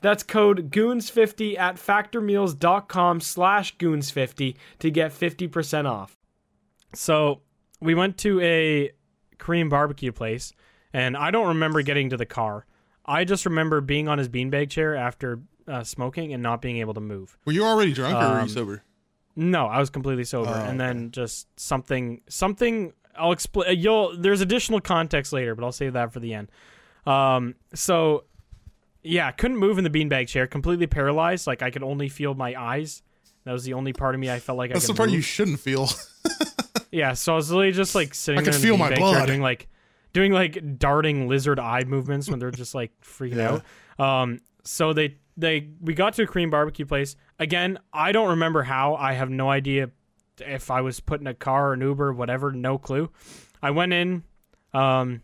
S5: That's code goons50 at factormeals.com slash goons50 to get 50% off. So we went to a Korean barbecue place, and I don't remember getting to the car. I just remember being on his beanbag chair after uh, smoking and not being able to move.
S3: Were you already drunk or were you
S5: Um,
S3: sober?
S5: No, I was completely sober,
S3: Oh,
S5: and then just something, something. I'll explain. You'll there's additional context later, but I'll save that for the end. Um, so yeah, couldn't move in the beanbag chair, completely paralyzed. Like I could only feel my eyes. That was the only part of me I felt like
S3: That's
S5: I
S3: the
S5: could
S3: part
S5: move.
S3: you shouldn't feel.
S5: Yeah, so I was literally just like sitting
S3: I
S5: there
S3: could
S5: in the
S3: feel my
S5: beanbag chair
S3: blood.
S5: doing like doing like darting lizard eye movements when they're just like freaking out. Um so they they we got to a Korean barbecue place. Again, I don't remember how. I have no idea if I was put in a car or an Uber, whatever, no clue. I went in, um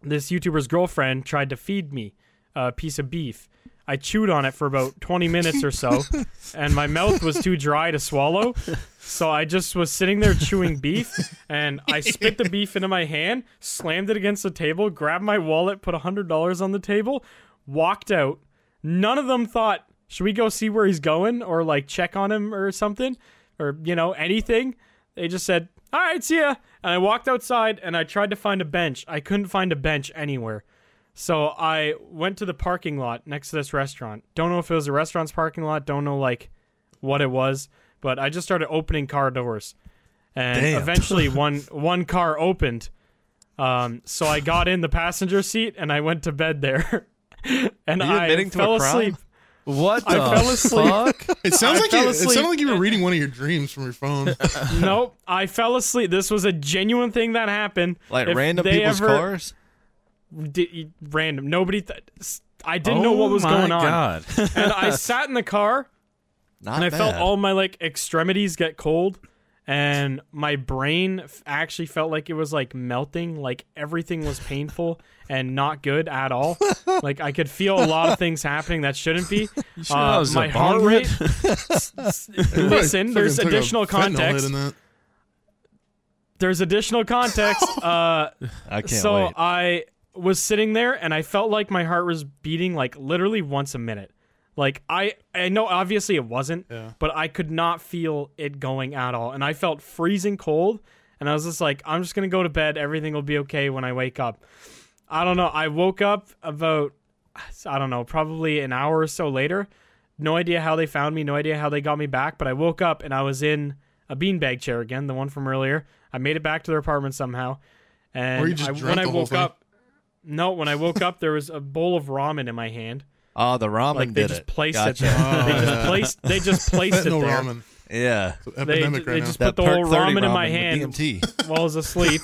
S5: this YouTuber's girlfriend tried to feed me a piece of beef. I chewed on it for about 20 minutes or so, and my mouth was too dry to swallow. So I just was sitting there chewing beef, and I spit the beef into my hand, slammed it against the table, grabbed my wallet, put $100 on the table, walked out. None of them thought, should we go see where he's going or like check on him or something or, you know, anything? They just said, all right, see ya. And I walked outside and I tried to find a bench. I couldn't find a bench anywhere. So I went to the parking lot next to this restaurant. Don't know if it was a restaurant's parking lot. Don't know like what it was, but I just started opening car doors, and
S6: Damn.
S5: eventually one one car opened. Um, so I got in the passenger seat and I went to bed there, and
S6: Are you
S5: I
S6: admitting to
S5: fell
S6: a crime?
S5: asleep.
S4: What
S5: I fell asleep.
S3: It sounds
S5: I
S3: like
S5: fell
S3: you, it
S5: asleep.
S3: sounded like you were reading one of your dreams from your phone.
S5: nope, I fell asleep. This was a genuine thing that happened.
S6: Like
S5: If
S6: random
S5: they
S6: people's
S5: ever-
S6: cars.
S5: Di- random. Nobody. Th- s- I didn't know what was going on,
S4: on.
S5: and I sat in the car.
S6: Not
S5: and I felt
S6: bad.
S5: all my like extremities get cold, and my brain f- actually felt like it was like melting, like everything was painful and not good at all. like I could feel a lot of things happening that shouldn't be.
S4: sure
S5: Uh,
S4: that was
S5: my
S4: a
S5: heart
S4: bong
S5: rate.
S4: hit?
S5: S- s-
S3: Everybody
S5: Listen,
S3: fucking
S5: there's
S3: took a fentanyl
S5: additional
S3: hit
S5: context.
S3: in that.
S5: There's additional context.
S6: I
S5: Uh,
S6: can't
S5: so
S6: wait.
S5: I was sitting there and I felt like my heart was beating like literally once a minute. Like I I know obviously it wasn't, but I could not feel it going at all and I felt freezing cold and I was just like I'm just going to go to bed, everything will be okay when I wake up. I don't know. I woke up about I don't know, probably an hour or so later. No idea how they found me, no idea how they got me back, but I woke up and I was in a beanbag chair again, the one from earlier. I made it back to their apartment somehow. And
S3: Or you just
S5: I,
S3: drank
S5: when I
S3: the whole
S5: woke
S3: thing.
S5: up, no, when I woke up, there was a bowl of ramen in my hand.
S6: Oh, the ramen
S5: Like they
S6: did
S5: just
S6: it.
S5: placed
S6: Gotcha.
S5: it. There. they
S3: Oh,
S5: just
S3: yeah.
S5: placed. They just placed it
S3: Fentanyl
S5: there.
S3: ramen.
S6: Yeah.
S3: It's
S5: They-
S3: epidemic
S5: they
S3: right
S5: just-
S3: now.
S5: Put the
S6: Perk
S5: whole
S6: 30
S5: ramen in my
S6: with
S5: hand.
S6: DMT.
S5: while I was asleep.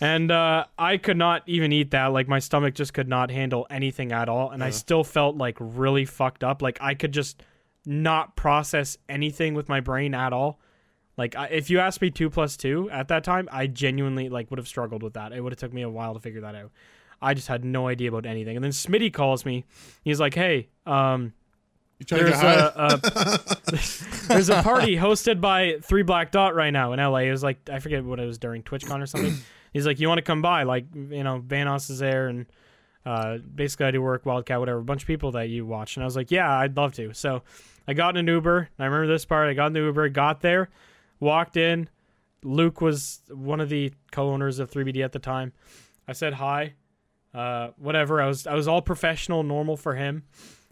S5: And uh, I could not even eat that. Like my stomach just could not handle anything at all, and I still felt like really fucked up. Like I could just not process anything with my brain at all. Like I, if you asked me two plus two at that time, I genuinely like would have struggled with that. It would have took me a while to figure that out. I just had no idea about anything. And then Smitty calls me. He's like, "Hey, um,
S3: You trying to get
S5: there's
S3: high?
S5: a, a there's a party hosted by Three Black Dot right now in LA. It was like I forget what it was during TwitchCon or something. He's like, you want to come by? Like you know, Vanoss is there and uh, basically I do work Wildcat, whatever, a bunch of people that you watch. And I was like, yeah, I'd love to. So I got in an Uber. And I remember this part. I got in the Uber, got there, walked in. Luke was one of the co-owners of 3BD at the time. I said hi, uh, whatever. I was I was all professional, normal for him.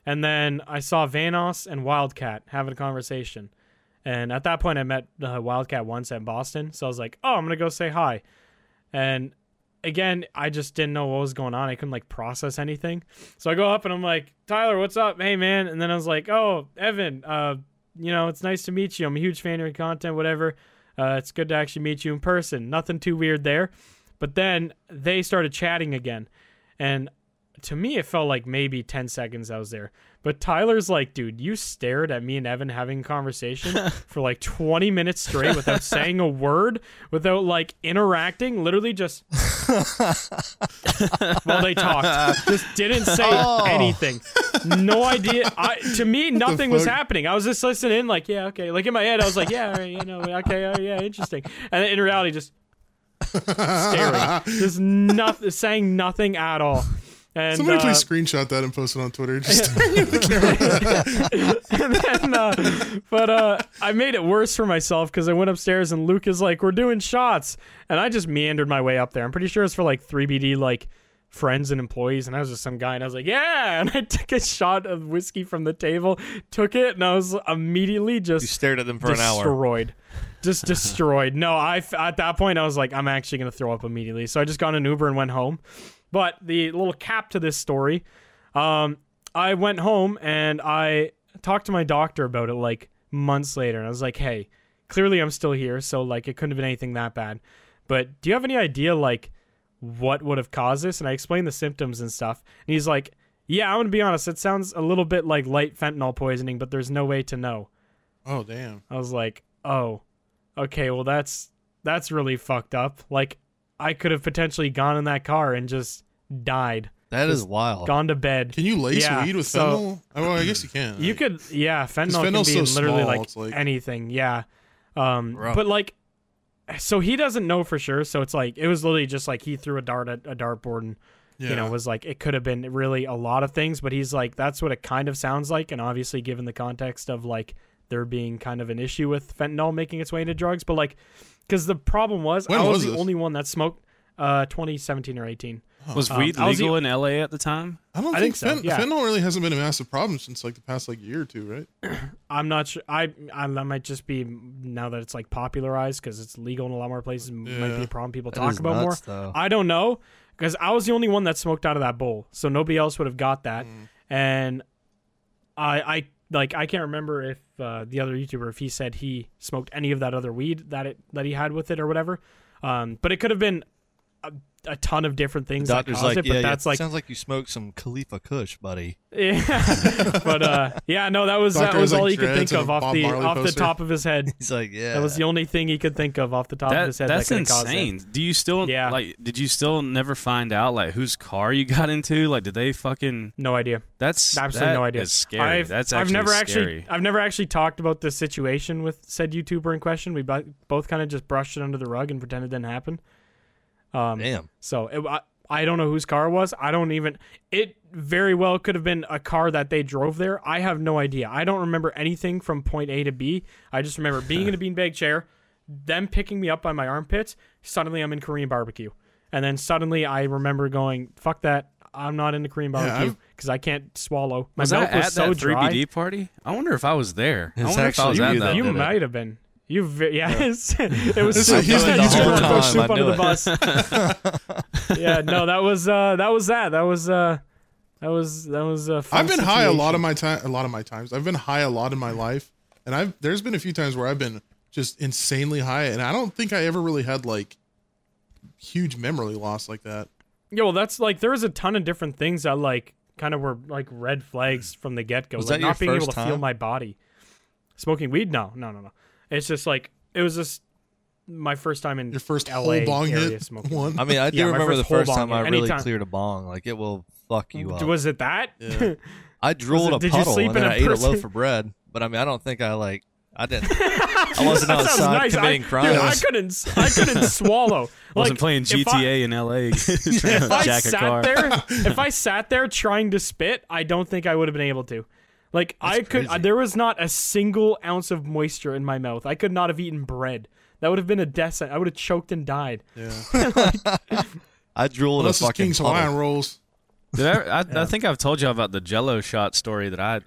S5: And then I saw Vanoss and Wildcat having a conversation. And at that point, I met uh, Wildcat once at Boston. So I was like, oh, I'm going to go say hi. And again, I just didn't know what was going on. I couldn't like process anything. So I go up and I'm like, Tyler, what's up? Hey, man. And then I was like, oh, Evan, uh, you know, it's nice to meet you. I'm a huge fan of your content, whatever. Uh, it's good to actually meet you in person. Nothing too weird there. But then they started chatting again. And to me it felt like maybe 10 seconds i was there but tyler's like dude you stared at me and evan having a conversation for like 20 minutes straight without saying a word without like interacting literally just while they talked just didn't say anything no idea I, to me nothing was happening i was just listening in like yeah okay like in my head i was like yeah all right, you know okay oh, yeah interesting and then in reality just staring just nothing saying nothing at all and
S3: Somebody
S5: uh,
S3: please screenshot that and post it on Twitter. Just
S5: and then, uh, but uh, I made it worse for myself because I went upstairs and Luke is like, "We're doing shots," and I just meandered my way up there. I'm pretty sure it's for like 3BD like friends and employees, and I was just some guy, and I was like, "Yeah," and I took a shot of whiskey from the table, took it, and I was immediately
S6: You
S5: just
S6: stared at them for an hour.
S5: destroyed. Just destroyed. No, I f- at that point I was like, I'm actually gonna throw up immediately. So I just got an Uber and went home. But the little cap to this story, um, I went home and I talked to my doctor about it like months later, and I was like, hey, clearly I'm still here, so like it couldn't have been anything that bad. But do you have any idea like what would have caused this? And I explained the symptoms and stuff, and he's like, yeah, I'm gonna be honest, it sounds a little bit like light fentanyl poisoning, but there's no way to know.
S3: oh damn!
S5: I was like, "Oh, okay. Well, that's that's really fucked up. Like, I could have potentially gone in that car and just died,
S6: That is wild.
S5: gone to bed.
S3: Oh. Can you lace
S5: Yeah,
S3: weed with
S5: so-
S3: fentanyl? Oh, well, I guess you can.
S5: You
S3: Like,
S5: could, yeah, fentanyl can
S3: fentanyl's
S5: be
S3: so
S5: literally
S3: small,
S5: like,
S3: it's like-
S5: anything, yeah. Um,
S6: Rough.
S5: but like, so he doesn't know for sure. So it's like it was literally just like he threw a dart at a dartboard and you
S3: Yeah.
S5: know was like it could have been really a lot of things. But he's like that's what it kind of sounds like, and obviously given the context of like there being kind of an issue with fentanyl making its way into drugs, but like because the problem was
S3: When
S5: I was,
S3: was
S5: the
S3: this?
S5: only one that smoked uh 2017 or 18.
S4: Was
S5: Um,
S4: weed
S5: I was
S4: legal in LA at the time?
S3: I don't
S5: I
S3: think,
S5: think so,
S3: fen-
S5: yeah.
S3: fentanyl really hasn't been a massive problem since like the past like year or two, right?
S5: I'm not sure. I I that might just be now that it's like popularized because it's legal in a lot more places. m- Might be
S3: Yeah.
S5: a problem people
S6: That
S5: talk
S6: is
S5: about
S6: nuts,
S5: more.
S6: though.
S5: I don't know because I was the only one that smoked out of that bowl, so nobody else would have got that.
S6: Mm.
S5: And I I like I can't remember if uh, the other YouTuber if he said he smoked any of that other weed that it that he had with it or whatever. Um, but it could have been a, a ton of different things that
S6: Doctor's
S5: caused
S6: like,
S5: it.
S6: yeah,
S5: But
S6: yeah,
S5: that's like
S6: sounds like you smoked some Khalifa Kush, buddy.
S5: yeah. but uh, yeah, no, that was that
S3: Doctor
S5: was
S3: has,
S5: all
S3: like,
S5: he could
S3: dreads
S5: think
S3: and a
S5: of off
S3: Bob
S5: the
S3: Marley
S5: off the
S3: poster.
S5: top of his head.
S6: He's like, yeah.
S5: That was the only thing he could think of off the top of
S4: That,
S5: his head.
S4: that's
S5: that could've caused it.
S4: insane. Do you still
S5: Yeah.
S4: like? Did you still never find out like whose car you got into? Like, did they fucking?
S5: No idea.
S4: That's
S5: Absolutely
S4: that
S5: no idea.
S4: is scary.
S5: I've,
S4: that's
S5: I've
S4: actually
S5: never
S4: scary.
S5: actually uh, I've never actually talked about this situation with said YouTuber in question. We bo- both kind of just brushed it under the rug and pretended it didn't happen. Um,
S6: Damn.
S5: So it, I, I don't know whose car it was. I don't even. It very well could have been a car that they drove there. I have no idea. I don't remember anything from point A to B. I just remember being in a beanbag chair, them picking me up by my armpits. Suddenly, I'm in Korean barbecue, and then suddenly I remember going, "Fuck that! I'm not into Korean barbecue
S3: I've-
S5: because I can't swallow." My
S4: Was I
S5: mouth
S4: at
S5: was so
S4: that 3BD
S5: dry.
S4: party? I wonder if I was there. I
S6: It's
S4: wonder if I
S6: actually
S4: was at
S6: you
S4: that.
S6: that
S5: You
S6: did it.
S5: might have been. You ve- yeah, it's- it was
S3: It's
S5: soup.
S3: like he's
S5: That
S3: the
S5: was
S3: YouTuber
S5: soup.
S3: who
S5: Throw
S3: posted
S5: soup
S6: I
S5: under
S6: knew
S5: the bus. yeah, no, that was uh, that was that. That was uh, that was that was. Uh,
S3: I've been high a lot of my time. A lot of my times. I've been high a lot in my life, and I've there's been a few times where I've been just insanely high, and I don't think I ever really had like huge memory loss like that.
S5: Yeah, well, that's like there was a ton of different things that like kind of were like red flags from the get go.
S6: Was
S5: Like
S6: that your
S5: not being able
S6: first
S5: to feel
S6: time?
S5: my body. Smoking weed? No, no, no, no. It's just like it was just my first time in
S3: Your first
S5: LA
S3: whole bong
S5: area
S3: hit.
S5: smoking.
S3: One.
S6: I mean, I do
S5: Yeah, my
S6: remember
S5: first
S6: the
S5: whole
S6: first
S5: bong
S6: time
S5: hit.
S6: I really
S5: Anytime-
S6: cleared a bong. Like it will fuck you up.
S5: Was it that?
S3: Yeah.
S6: I drooled
S5: it-
S6: a
S5: did you
S6: puddle
S5: sleep
S6: and
S5: in
S6: then
S5: a
S6: I ate a
S5: person?
S6: loaf of bread. But I mean, I don't think I like. I didn't. I wasn't
S5: That sounds
S6: outside
S5: nice.
S6: committing
S5: I,
S6: crimes.
S5: Dude, I couldn't. I couldn't swallow.
S4: Wasn't
S5: like,
S4: playing
S5: if I-
S4: GTA in LA trying
S5: if
S4: to
S5: I
S4: jack a car.
S5: sat there, if I sat there trying to spit, I don't think I would have been able to. Like I could,
S6: crazy.
S5: there was not a single ounce of moisture in my mouth. I could not have eaten bread. That would have been a death sentence. I would have choked and died.
S6: I drooled
S3: Unless
S6: a
S3: it's
S6: fucking
S3: King's
S6: puddle.
S3: Hawaiian rolls.
S4: Did I, I, I think I've told you about the Jello shot story that I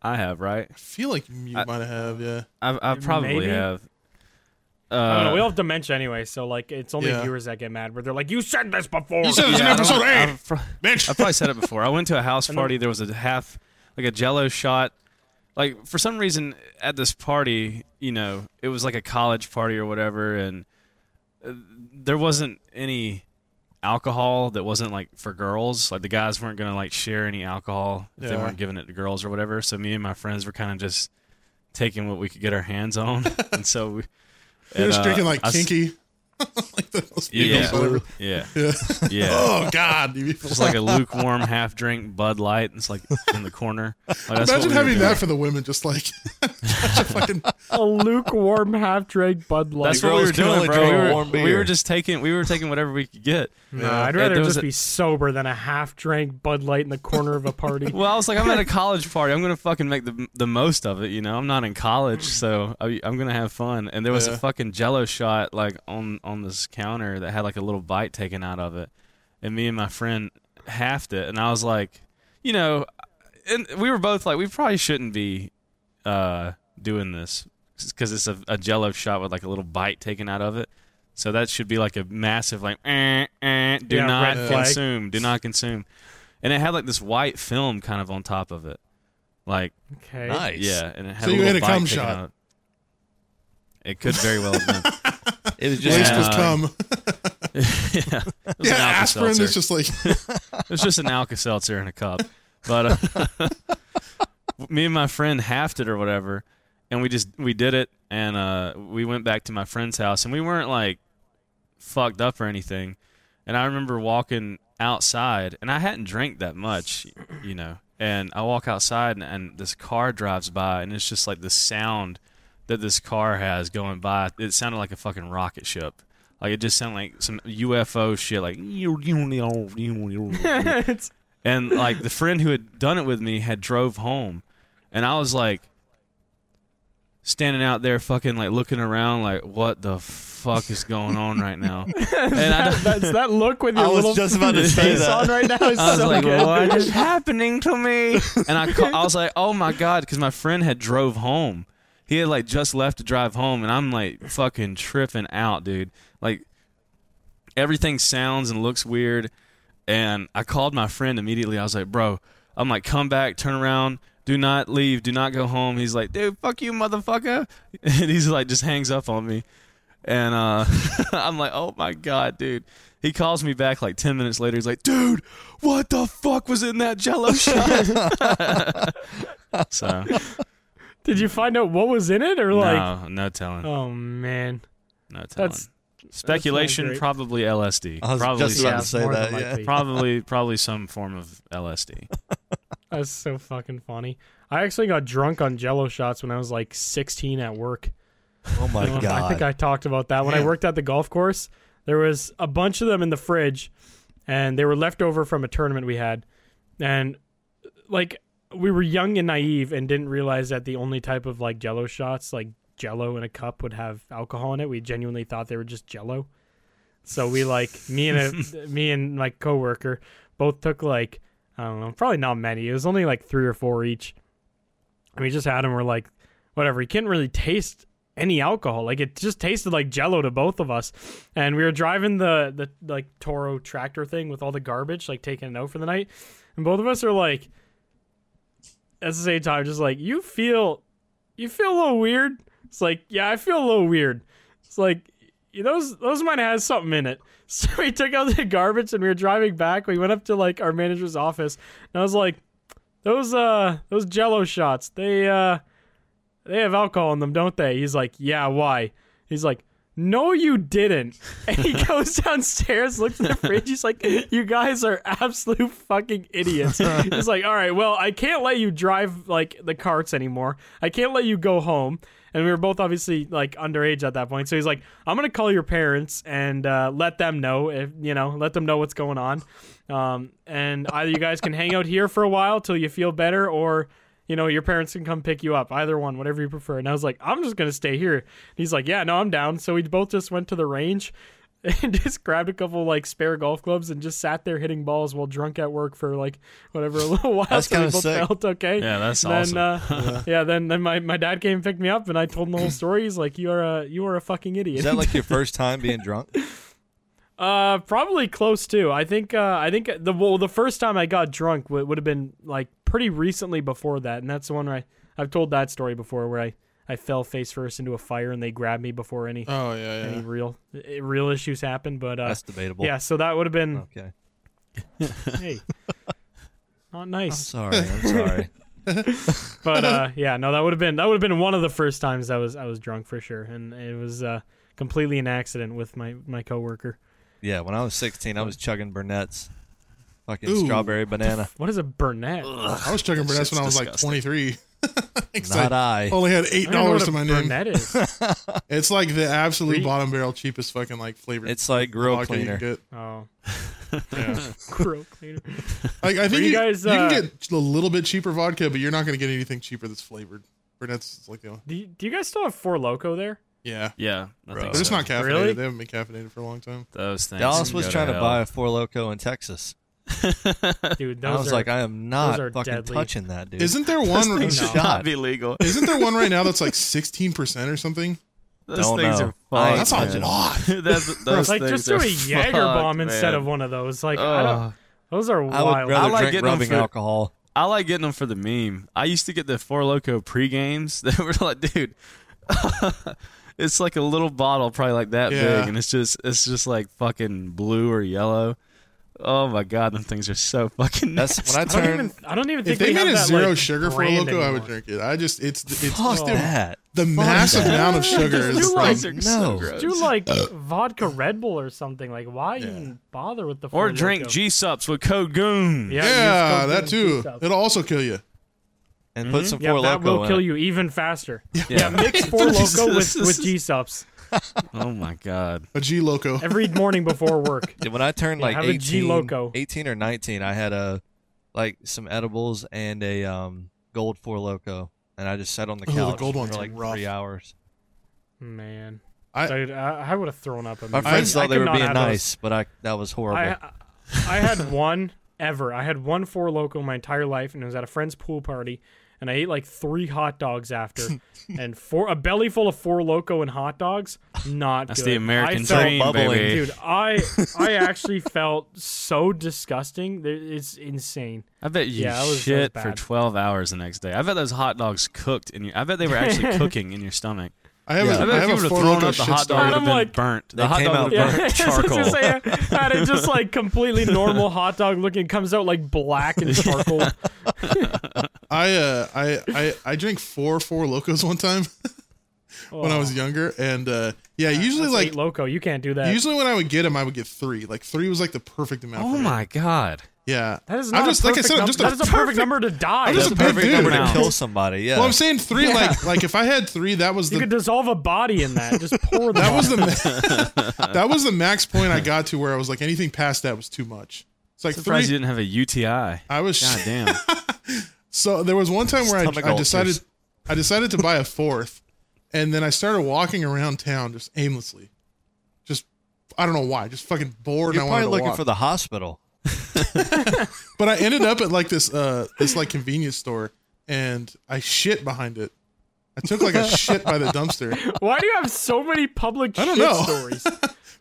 S4: I have right.
S3: I feel like you might have, yeah.
S4: I, I probably
S5: Maybe.
S4: have. Uh,
S5: I don't know. We all have dementia anyway, so like it's only
S3: Yeah.
S5: viewers that get mad where they're like, "You said this before."
S3: You said this in
S4: yeah, I don't-
S3: episode eight,
S4: I've pro-
S3: bitch.
S4: I probably said it before. I went to a house party. There was a half, like a Jello shot. Like for some reason at this party, you know, it was like a college party or whatever, and uh, there wasn't any alcohol that wasn't like for girls. Like the guys weren't gonna like share any alcohol if they
S3: Yeah.
S4: weren't giving it to girls or whatever. So me and my friends were kind of just taking what we could get our hands on, and so we.
S3: You're
S4: and,
S3: just
S4: uh,
S3: drinking like
S4: I s-
S3: kinky. like the most
S4: Yeah,
S3: whatever.
S4: yeah,
S3: Yeah.
S4: yeah.
S3: Oh God! You feel
S4: Just like a lukewarm half drink Bud Light. and It's like in the corner. Like, that's what
S3: Imagine
S4: we were
S3: having
S4: doing.
S3: that for the women, just like such a fucking
S5: a lukewarm half drink Bud Light.
S4: That's what we
S6: girls
S4: were
S6: can
S4: doing,
S6: only
S4: bro.
S6: drink
S4: We were,
S6: warm
S4: we
S6: beer.
S4: were just taking we were taking whatever we could get.
S5: Nah, I'd
S4: Yeah,
S5: rather
S4: there was
S5: just
S4: a-
S5: be sober than a half drink Bud Light in the corner of a party.
S4: Well, I was like, I'm at a college party. I'm gonna fucking make the the most of it. You know, I'm not in college, so I, I'm gonna have fun. And there was
S3: Yeah.
S4: a fucking Jello shot like on on this counter that had like a little bite taken out of it, and me and my friend halved it, and I was like, you know, and we were both like, we probably shouldn't be uh, doing this because it's a, a Jello shot with like a little bite taken out of it. So that should be like a massive like, eh, eh, do
S5: Yeah,
S4: not
S5: red flag.
S4: consume, do not consume, and it had like this white film kind of on top of it, like
S5: Okay.
S6: nice.
S4: yeah, and it had
S3: So
S4: a
S3: you
S4: little
S3: had a
S4: bite
S3: cum
S4: taken
S3: shot.
S4: out. It could very well have been.
S6: It was just.
S3: waste
S4: Yeah.
S3: was cum.
S4: yeah, it was
S3: Yeah,
S4: an Alka-Seltzer.
S3: aspirin is just like
S4: It was just an Alka Seltzer in a cup. But uh, me and my friend halved it or whatever, and we just we did it, and uh, we went back to my friend's house, and we weren't like fucked up or anything. And I remember walking outside, and I hadn't drank that much, you know. And I walk outside, and, and this car drives by, and it's just like the sound that this car has going by. It sounded like a fucking rocket ship. Like it just sounded like some UFO shit, like
S5: It's-
S4: and like the friend who had done it with me had drove home and i was like standing out there fucking like looking around like what the fuck is going on right now and i, don't-
S5: That's that look with your
S6: I was
S5: little
S6: just about to say
S5: face
S6: that.
S5: on right now is
S4: I was
S5: so
S4: like,
S5: good.
S4: "What is happening to me?" And I, ca- I was like, "Oh my god!" Because my friend had drove home. He had like just left to drive home, and I'm like fucking tripping out, dude. Like everything sounds and looks weird. And I called my friend immediately. I was like, "Bro, I'm like, come back, turn around." Do not leave. Do not go home. He's like, dude, fuck you, motherfucker. And he's like, just hangs up on me. And uh, I'm like, oh my god, dude. He calls me back like ten minutes later. He's like, dude, what the fuck was in that Jello shot? so
S5: Did you find out what was in it or like?
S4: no, no telling,
S5: Oh man,
S4: no telling.
S5: that's
S4: Speculation,
S5: great.
S4: probably LSD.
S6: I was
S4: probably,
S6: just
S4: some,
S6: about
S5: yeah,
S6: to say
S5: more than
S6: that. Yeah.
S5: likely.
S4: probably, probably some form of LSD.
S5: that's so fucking funny. I actually got drunk on Jello shots when I was like 16 at work.
S6: Oh my
S5: Um,
S6: god.
S5: I think I talked about that when I
S3: Man.
S5: worked at the golf course. There was a bunch of them in the fridge, and they were left over from a tournament we had, and like we were young and naive and didn't realize that the only type of like Jello shots, like Jello in a cup, would have alcohol in it. We genuinely thought they were just Jello. So we like me and a, me and my coworker both took like I don't know, probably not many. It was only like three or four each. And we just had them. We're like, whatever. You couldn't really taste any alcohol. Like it just tasted like Jello to both of us. And we were driving the the like Toro tractor thing with all the garbage, like taking it out for the night. And both of us are like, at the same time, just like you feel, you feel a little weird. It's like, yeah, I feel a little weird. It's like those those might have had something in it. So we took out the garbage and we were driving back. We went up to like our manager's office and I was like, those uh those jello shots, they uh they have alcohol in them, don't they? He's like, Yeah, why? He's like, No, you didn't. And he goes downstairs, looks in the fridge, he's like, You guys are absolute fucking idiots. He's like, All right, well, I can't let you drive like the carts anymore. I can't let you go home. And we were both obviously like underage at that point. So he's like, I'm gonna call your parents and uh, let them know if you know, let them know what's going on. Um, and either you guys can hang out here for a while till you feel better or you know, your parents can come pick you up, either one, whatever you prefer. And I was like, I'm just gonna stay here. And he's like, Yeah, no, I'm down. So we both just went to the range and just grabbed a couple like spare golf clubs and just sat there hitting balls while drunk at work for like whatever a little while.
S6: That's
S5: so we
S6: kinda
S5: both
S6: sick.
S5: felt okay.
S4: Yeah, that's
S5: And
S4: awesome.
S5: Then, uh, yeah, then then my, my dad came and picked me up and I told him the whole story. He's like, You are a you are a fucking idiot.
S6: Is that like your first time being drunk?
S5: Uh, probably close too. I think. Uh, I think the well, the first time I got drunk w- would have been like pretty recently before that, and that's the one where I I've told that story before, where I I fell face first into a fire and they grabbed me before any
S3: Oh yeah,
S5: any
S3: yeah.
S5: real i- real issues happened. But uh,
S6: That's debatable.
S5: yeah, so that would have been
S3: Oh.
S6: Okay.
S5: hey, not
S6: I'm
S5: nice.
S6: sorry. I'm sorry.
S5: But uh, yeah, no, that would have been that would have been one of the first times I was I was drunk for sure, and it was uh completely an accident with my my coworker.
S6: Yeah, when I was 16, I was chugging Burnett's. Fucking
S3: Ooh.
S6: strawberry banana.
S5: What is a Burnett?
S3: I was chugging Burnett's
S4: shit's
S3: when I was like
S4: disgusting.
S3: 23. It's
S6: Not
S3: like, oh,
S6: I.
S3: Only had
S5: I
S3: eight
S5: don't know
S3: dollars
S5: what
S3: to my
S5: a
S3: name.
S5: Burnett is.
S3: It's like the absolute
S5: Free-
S3: bottom barrel cheapest fucking like flavor.
S6: It's like grill
S3: vodka you can
S6: cleaner.
S3: get.
S5: Oh,
S3: Yeah.
S5: grill cleaner.
S3: Like, I think
S5: you
S3: you,
S5: guys,
S3: you
S5: uh,
S3: can get a little bit cheaper vodka, but you're not going to get anything cheaper that's flavored. Burnett's is like the only.
S5: Do you, do you guys still have Four Loco there?
S3: Yeah.
S4: Yeah, I
S6: Bro.
S4: think
S3: They're just
S4: so.
S3: not caffeinated.
S5: Really?
S3: They haven't been caffeinated for a long time.
S4: those things.
S6: Dallas
S4: can
S6: was
S4: go
S6: trying to
S4: hell.
S6: buy a Four Loco in Texas.
S5: Dude,
S6: And
S5: those
S6: I was
S5: are,
S6: like, I am not
S5: are
S6: fucking
S5: deadly.
S6: touching that, dude.
S3: Isn't there one?
S6: things
S3: isn't
S6: should not
S4: be legal.
S3: there one right now that's like 16 percent or something?
S4: Those
S6: Don't
S4: things
S6: know.
S4: are
S6: I
S4: fucked.
S6: ain't
S3: That's a
S6: man.
S3: lot.
S4: That's- those
S5: like
S4: things
S5: just
S4: are
S5: do a Jager bomb
S4: fucked,
S5: instead
S4: man.
S5: of one of those. Like, I don't,
S4: Ugh.
S5: those are
S6: I
S5: wild.
S6: would rather
S4: I like
S6: drink
S4: getting them
S6: rubbing
S4: for-
S6: alcohol.
S4: I like getting them for the meme. I used to get the Four Loco pre games that were like, dude, it's like a little bottle, probably like that
S3: Yeah.
S4: big, and it's just it's just like fucking blue or yellow. Oh my god, them things are so fucking.
S6: That's
S4: That's
S6: when I
S5: I don't
S6: turned.
S5: even. I don't even
S3: If
S5: think
S3: they
S5: we
S3: made
S5: have
S3: a
S5: that,
S3: zero
S5: like,
S3: sugar for a
S5: brand
S3: loco, I would
S5: anymore.
S3: drink it. I just it's it's
S6: Fuck
S3: just the-
S6: that.
S3: the
S6: Fuck
S3: massive
S6: that.
S3: amount of sugar is
S5: do
S3: the
S5: like-
S3: problem.
S6: No.
S5: Do like vodka Red Bull or something. Like, why even bother with the
S4: or
S5: Four
S4: drink
S5: Loko?
S4: G subs with code Goon.
S5: Yeah,
S3: Yeah, that
S5: use cocaine and
S3: too.
S5: stuff.
S3: It'll also kill you.
S6: And put some
S5: Mm-hmm. Yeah,
S6: Four
S5: that
S6: Loco
S5: will
S6: in
S5: kill
S6: it.
S5: you even faster.
S4: Yeah.
S5: Mix Four Loco with
S4: This is-
S5: with G subs
S4: Oh my god.
S3: A G loco.
S5: every morning before work.
S6: Dude, when I turned
S5: Yeah,
S6: like
S5: have a
S6: 18,
S5: G Loco.
S6: 18 or 19, I had a like some edibles and a um gold four loco, and I just sat on the
S3: Ooh,
S6: couch
S3: Oh, the gold ones
S6: for
S3: are
S6: like
S3: rough.
S6: three hours.
S5: Man,
S3: I-
S5: dude, I, I would have thrown up.
S6: My
S5: immediately.
S6: friends
S5: I
S6: thought they
S5: could
S6: were
S5: not
S6: being
S5: have those.
S6: nice, but I that was horrible.
S5: I, I had one ever. I had one four loco my entire life, and it was at a friend's pool party, and I ate like three hot dogs after, and four a belly full of four loco and hot dogs. Not
S4: That's
S5: good.
S4: the American
S5: I felt-
S4: dream,
S6: bubbling,
S4: baby.
S5: Dude, I I actually felt so disgusting. There- It's insane.
S4: I bet you
S5: Yeah, that was- that was
S4: shit for
S5: bad.
S4: 12 hours the next day. I bet those hot dogs cooked in your. I bet they were actually cooking in your stomach.
S3: I have
S6: Yeah.
S3: a,
S4: I
S3: I
S4: bet if you
S3: have
S4: would
S3: a
S4: have
S3: four
S4: thrown
S3: loco
S4: up the
S3: shit
S4: hot dog,
S5: And
S4: would
S3: story.
S4: have
S5: I'm
S4: been
S5: like-
S4: burnt. The
S6: They
S4: hot
S6: came
S4: dog
S6: out
S4: would have
S6: burnt.
S5: Yeah,
S4: been
S5: it's just-
S4: charcoal.
S5: it's just like, uh, had it just like completely normal hot dog looking comes out like black and charcoal.
S3: I uh I I I drank four four locos one time when I was younger, and uh yeah, usually
S5: That's
S3: like
S5: eight loco, you can't do that.
S3: usually when I would get them, I would get three. Like three was like the perfect amount.
S4: Oh
S3: for me.
S4: my god.
S3: Yeah,
S5: That is
S3: I'm
S5: not
S3: just
S5: a
S3: like I
S5: perfect
S3: said. I'm
S5: num-
S3: just
S5: that is a perfect number to die.
S3: I'm just
S6: the
S3: a big
S6: perfect
S3: dude.
S6: number to
S4: Now.
S6: kill somebody. Yeah.
S3: Well, I'm saying three. Like like if I had three, that was
S5: You
S3: the
S5: could dissolve a body in that. Just pour the
S3: that was the ma- that was the max point I got to where I was like anything past that was too much. It's like
S4: Surprised
S3: three.
S4: you didn't have a UTI. God
S3: I was
S4: damn.
S3: so there was one time where I,
S6: Stomach
S3: I decided
S6: ulcers.
S3: I decided to buy a fourth, and then I started walking around town just aimlessly, just I don't know why, just fucking bored.
S6: You're
S3: and I
S6: probably
S3: wanted to
S6: looking
S3: walk.
S6: for the hospital.
S3: But I ended up at like this uh this like convenience store, and I shit behind it. I took like a shit by the dumpster.
S5: Why do you have so many public
S3: I don't
S5: shit
S3: know.
S5: stories?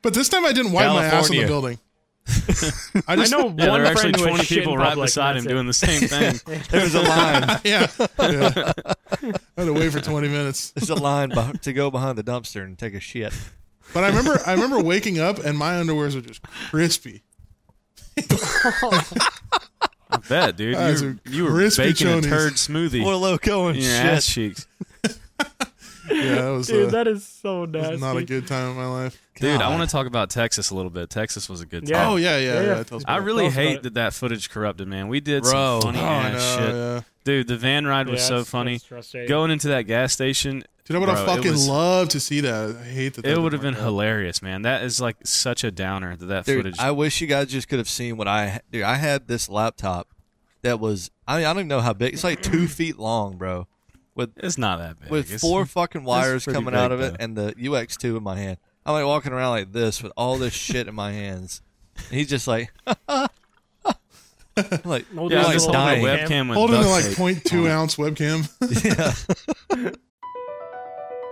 S3: But this time I didn't wipe my ass on the
S6: California.
S3: building. I
S5: I
S3: just
S5: know
S4: Yeah, there
S5: one
S4: were actually
S5: friend who
S4: 20
S5: has shit in
S4: people right
S5: public,
S4: beside him
S5: that's it.
S4: doing the same thing.
S6: There's a line.
S3: yeah. yeah. I had to wait for 20 minutes.
S6: There's a line beh- to go behind the dumpster and take a shit.
S3: But I remember I remember waking up and my underwears were just crispy.
S4: I bet, dude.
S3: Guys
S4: You,
S3: are
S4: you were
S3: crispy
S4: baking
S3: chonies.
S4: a turd smoothie.
S6: More loco and
S4: in your
S6: shit.
S4: ass cheeks.
S3: Yeah, that was,
S5: Dude,
S3: uh,
S5: that is so
S3: that
S5: nasty.
S3: was not a good time in my life.
S4: Dude, I want to talk about Texas a little bit. Texas was a good time.
S5: Yeah.
S3: Oh yeah, yeah,
S5: Yeah,
S3: yeah.
S5: yeah.
S3: Tell us
S4: I
S3: about it.
S4: really
S5: Tell us about
S4: hate
S5: it.
S4: that that footage corrupted, man. We did
S6: Bro.
S4: some funny
S3: Oh, I
S4: ass
S3: know,
S4: shit.
S3: yeah.
S4: Dude, the van ride was
S5: Yeah,
S4: so
S5: that's-
S4: funny.
S5: that's frustrating.
S4: Going into that gas station,
S3: Dude, I would have
S4: Bro, it
S3: fucking
S4: was-
S3: loved to see that. I hate that. that
S4: it would have been
S3: didn't work out.
S4: hilarious, man. That is like such a downer that that
S6: Dude,
S4: footage.
S6: I wish you guys just could have seen what I dude. I had this laptop that was I mean, I don't even know how big. It's like two feet long, bro, with
S4: it's not that big.
S6: with
S4: It's-
S6: four fucking wires
S4: pretty
S6: coming
S4: big,
S6: out of it
S4: though.
S6: and the UX two in my hand. I'm like walking around like this with all this shit in my hands. And he's just like, like
S5: Hold
S4: Yeah,
S5: on
S4: I'm
S5: to
S4: just
S5: the
S4: holding a
S5: webcam.
S4: webcam with
S3: holding the
S4: duct
S3: like
S4: tape.
S3: 0.2 ounce webcam.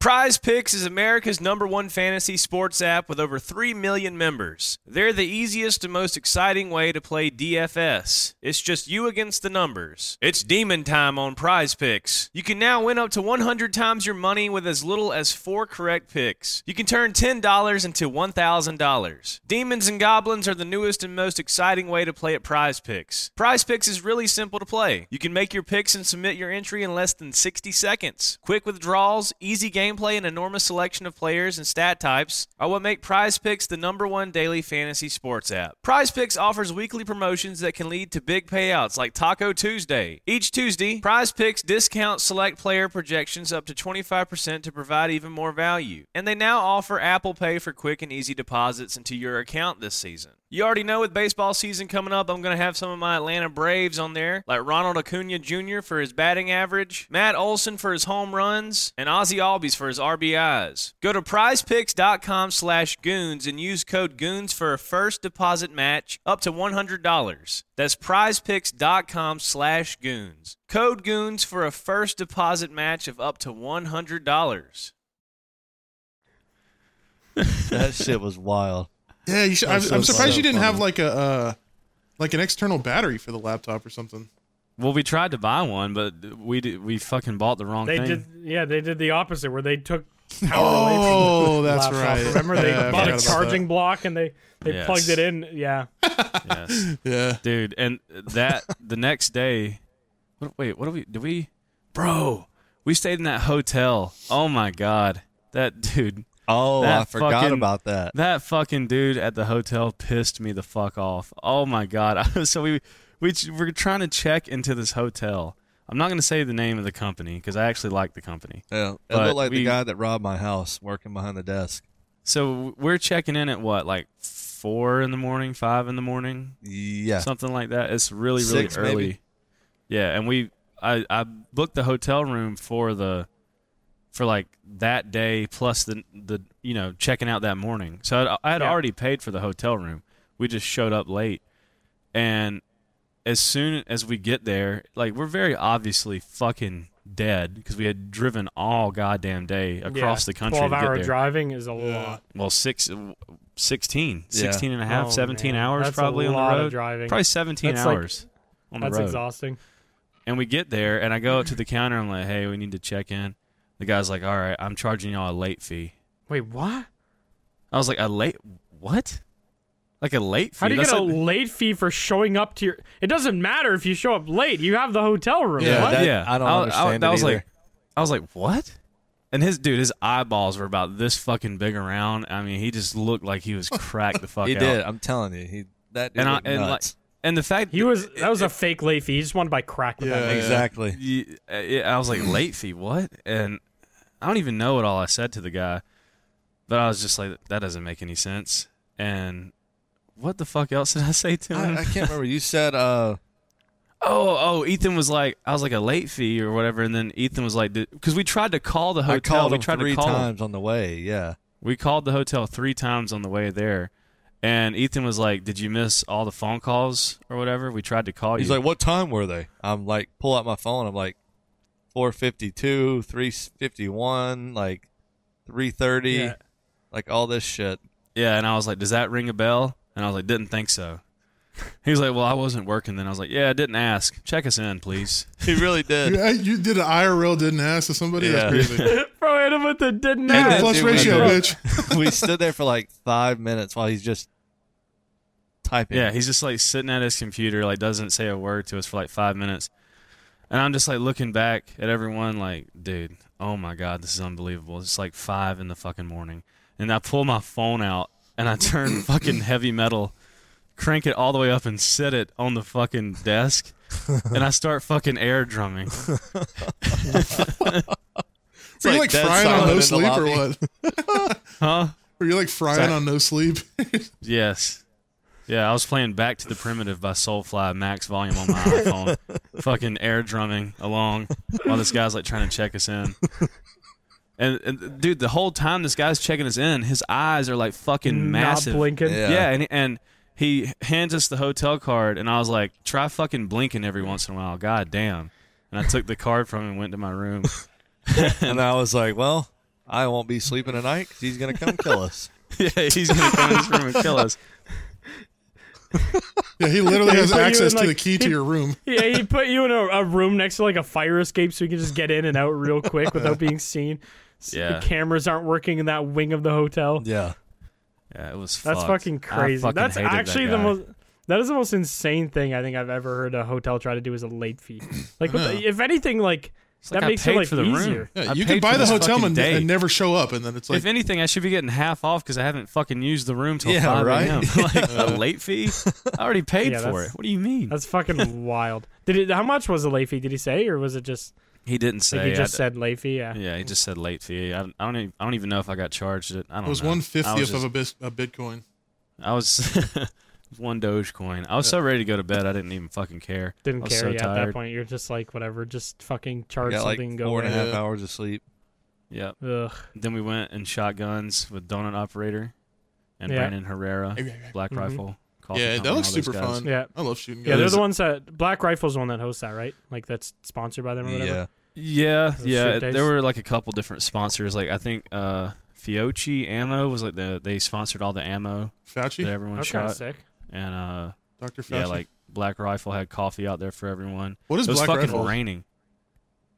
S7: Prize Picks is America's number one fantasy sports app with over 3 million members. They're the easiest and most exciting way to play DFS. It's just you against the numbers. It's demon time on Prize Picks. You can now win up to 100 times your money with as little as 4 correct picks. You can turn $10 into $1,000. Demons and Goblins are the newest and most exciting way to play at Prize Picks. Prize Picks is really simple to play. You can make your picks and submit your entry in less than 60 seconds. Quick withdrawals, easy gameplay, and enormous selection of players and stat types are what make Prize Picks the number one daily fantasy sports app. Prize Picks offers weekly promotions that can lead to big payouts like Taco Tuesday. Each Tuesday, Prize Picks discounts select player projections up to 25% to provide even more value. And they now offer Apple Pay for quick and easy deposits into your account this season. You already know with baseball season coming up, I'm going to have some of my Atlanta Braves on there, like Ronald Acuna Jr. for his batting average, Matt Olson for his home runs, and Ozzy Albies for his RBIs. Go to prizepicks.com slash goons and use code goons for a first deposit match up to $100. That's prizepicks.com slash goons. Code goons for a first deposit match of up to $100.
S6: that shit was wild.
S3: yeah, you should,
S6: That
S3: I'm,
S6: was
S3: I'm
S6: so
S3: surprised
S6: so
S3: you didn't have
S6: funny.
S3: like a uh, like an external battery for the laptop or something.
S4: well, we tried to buy one, but we did, we fucking bought the wrong
S5: They
S4: thing.
S5: did, yeah, they did the opposite where they took power away from
S3: Oh,
S5: the
S3: that's
S5: laptop.
S3: right.
S5: Remember, they
S3: Yeah, I
S5: bought a
S3: forgot about
S5: charging block and they they
S4: Yes.
S5: plugged it in. Yeah,
S4: Yes.
S3: Yeah.
S4: dude. And that the next day, what, wait, what do we? Did we, bro? We stayed in that hotel. Oh my god, that dude,
S6: Oh,
S4: That
S6: I forgot
S4: fucking-
S6: about that.
S4: that fucking dude at the hotel pissed me the fuck off. Oh my god. so we we we're trying to check into this hotel. I'm not gonna say the name of the company because I actually like the company.
S6: Yeah, it
S4: But
S6: looked like
S4: we-
S6: the guy that robbed my house working behind the desk.
S4: So we're checking in at what, like four in the morning, five in the morning,
S6: Yeah,
S4: something like that. It's really really
S6: Six,
S4: early.
S6: maybe.
S4: Yeah, and we I I booked the hotel room for the for like that day plus the the you know checking out that morning. So I'd, I had
S5: Yeah.
S4: already paid for the hotel room. We just showed up late, and as soon as we get there, like we're very obviously fucking dead because we had driven all goddamn day across
S5: Yeah.
S4: the country to
S5: Twelve
S4: get
S5: hour
S4: there.
S5: driving is a
S3: Yeah.
S5: lot.
S4: Well, six, 16,
S6: Yeah.
S4: 16 and a half,
S5: Oh,
S4: 17
S5: man.
S4: hours
S5: That's a
S4: probably on
S5: lot
S4: the
S5: of
S4: road.
S5: driving.
S4: Probably 17
S5: That's like-
S4: hours on the
S5: That's
S4: road.
S5: exhausting.
S4: And we get there, and I go up to the counter. I'm like, hey, we need to check in. The guy's like, all right, I'm charging y'all a late fee.
S5: Wait, what?
S4: I was like, a late, what? Like a late fee?
S5: How do you
S4: That's
S5: get a
S4: like-
S5: late fee for showing up to your? It doesn't matter if you show up late. You have the hotel room.
S3: Yeah,
S5: What?
S6: that-
S4: yeah,
S6: I don't understand
S4: that
S6: it
S4: was
S6: either.
S4: like, I was like, what? And his dude, his eyeballs were about this fucking big around. I mean, he just looked like he was cracked the fuck
S6: he
S4: out.
S6: did. I'm telling you, he that dude
S4: And I
S6: went
S4: and like,
S6: nuts.
S4: and the fact
S5: He was that was a fake late fee. He just wanted to buy crack with that.
S3: Yeah.
S5: money.
S6: exactly.
S4: Ye- uh, yeah, I was like late fee, what? And I don't even know what all I said to the guy, but I was just like, that doesn't make any sense. And what the fuck else did I say to him?
S6: I, I can't remember. You said uh,
S4: oh, oh, Ethan was like, I was like a late fee or whatever, and then Ethan was like, because we tried to call the
S6: I
S4: hotel,
S6: called
S4: we
S6: him
S4: tried
S6: three
S4: to call.
S6: times on the way. Yeah,
S4: We called the hotel three times on the way there, and Ethan was like, "Did you miss all the phone calls or whatever? We tried to call
S6: He's
S4: you."
S6: like, "What time were they?" I'm like, pull out my phone. I'm like, four fifty two, three fifty one, like three thirty,
S5: Yeah.
S6: like all this shit.
S4: "Yeah," and I was like, "Does that ring a bell?" And I was like, "Didn't think so." He was like, "Well, I wasn't working then." I was like, "Yeah, I didn't ask. Check us in, please."
S6: He really did.
S3: You, you did an IRL didn't ask to somebody.
S6: Yeah.
S3: That's crazy.
S5: Bro, hit him with the didn't
S6: And
S5: ask.
S6: then
S3: Plus
S6: dude went
S3: ratio,
S6: up.
S3: bitch.
S6: we stood there for like five minutes while he's just typing.
S4: Yeah, he's just like sitting at his computer, like doesn't say a word to us for like five minutes. And I'm just like looking back at everyone, like, dude, oh my god, this is unbelievable. It's like five in the fucking morning, and I pull my phone out and I turn fucking heavy metal, crank it all the way up and set it on the fucking desk, and I start fucking air drumming.
S6: It's
S3: Were you like
S6: dead
S3: frying on
S6: silent in
S3: no
S6: the
S3: sleep or
S6: lobby.
S3: what?
S4: Huh?
S3: Were you like frying on no sleep?
S4: Yes. Yeah, I was playing Back to the Primitive by Soulfly, max volume on my iPhone, fucking air drumming along while this guy's like trying to check us in. And, and dude, the whole time this guy's checking us in, his eyes are like fucking massive.
S5: Not blinking.
S6: Yeah.
S4: Yeah, and, and he hands us the hotel card, and I was like, try fucking blinking every once in a while. God damn. And I took the card from him and went to my room.
S6: And I was like, well, I won't be sleeping tonight because he's going to come kill us.
S4: yeah, he's going to come in this room and kill us.
S3: Yeah, he literally has
S5: Put you
S3: access
S5: in,
S3: to the
S5: like-
S3: key to your room.
S5: Yeah, he put you in a, a room next to like a fire escape so you can just get in and out real quick without being seen. S-
S4: Yeah.
S5: The cameras aren't working in that wing of the hotel.
S6: Yeah.
S4: Yeah, it was
S5: That's
S4: fucked.
S5: fucking
S4: I
S5: crazy.
S4: fucking
S5: That's
S4: hated that
S5: actually the
S4: guy.
S5: most. That is the most insane thing I think I've ever heard a hotel try to do is a late fee. Like, what the, if anything, like that
S4: like I
S5: makes it
S4: paid
S5: like
S4: for the room.
S5: easier.
S3: Yeah,
S4: I
S3: you can
S4: paid
S3: buy
S4: for
S3: the
S4: this
S3: hotel
S4: fucking
S3: and,
S4: day.
S3: and never show up, and then it's like
S4: if anything, I should be getting half off because I haven't fucking used the room till
S6: Yeah,
S4: 5
S6: right?
S4: a.m. like a late fee? I already paid
S5: Yeah,
S4: for it.
S5: that's-
S4: What do you mean?
S5: That's fucking wild. Did it? How much was the late fee? Did he say, or was it just
S4: He didn't say.
S5: like he just
S4: I-
S5: said late fee? Yeah.
S4: yeah, he just said late fee. I, I don't. Even, I don't even know if I got charged it. I don't.
S3: it was
S4: know.
S3: one
S4: I was
S3: fiftieth of
S4: just-
S3: a, bis- a Bitcoin.
S4: I was one Dogecoin. I was so ready to go to bed. I didn't even fucking care. I
S5: Didn't
S4: was
S5: care.
S4: so
S5: yeah. At that
S4: tired.
S5: point, you're just like whatever. Just fucking charge
S6: Got like
S5: something. and go
S6: four and a
S5: away.
S6: half
S3: Yeah.
S6: hours of sleep.
S4: Yep.
S5: Ugh.
S4: Then we went and shot guns with Donut Operator and
S5: Yeah.
S4: Brandon Herrera, Black
S5: Mhm.
S4: Rifle. Coffee
S3: yeah,
S4: Company,
S3: that looks
S4: all those
S3: super
S4: guys.
S3: fun.
S5: Yeah.
S3: I love shooting
S5: Yeah, they're
S3: guys.
S5: the ones that Black Rifle's the one that hosts that, right? Like that's sponsored by them or whatever.
S6: Yeah.
S4: Yeah,
S5: Those
S4: yeah.
S5: shoot days.
S4: There were like a couple different sponsors. Like I think uh Fiocchi Ammo was like the they sponsored all the ammo that
S3: Fauci,
S4: everyone
S5: That's kind of
S4: shot,
S5: sick.
S4: and uh
S3: Doctor Fauci.
S4: yeah, like Black Rifle had coffee out there for everyone.
S3: what is
S4: it was
S3: Black
S4: fucking
S3: Rifle?
S4: raining,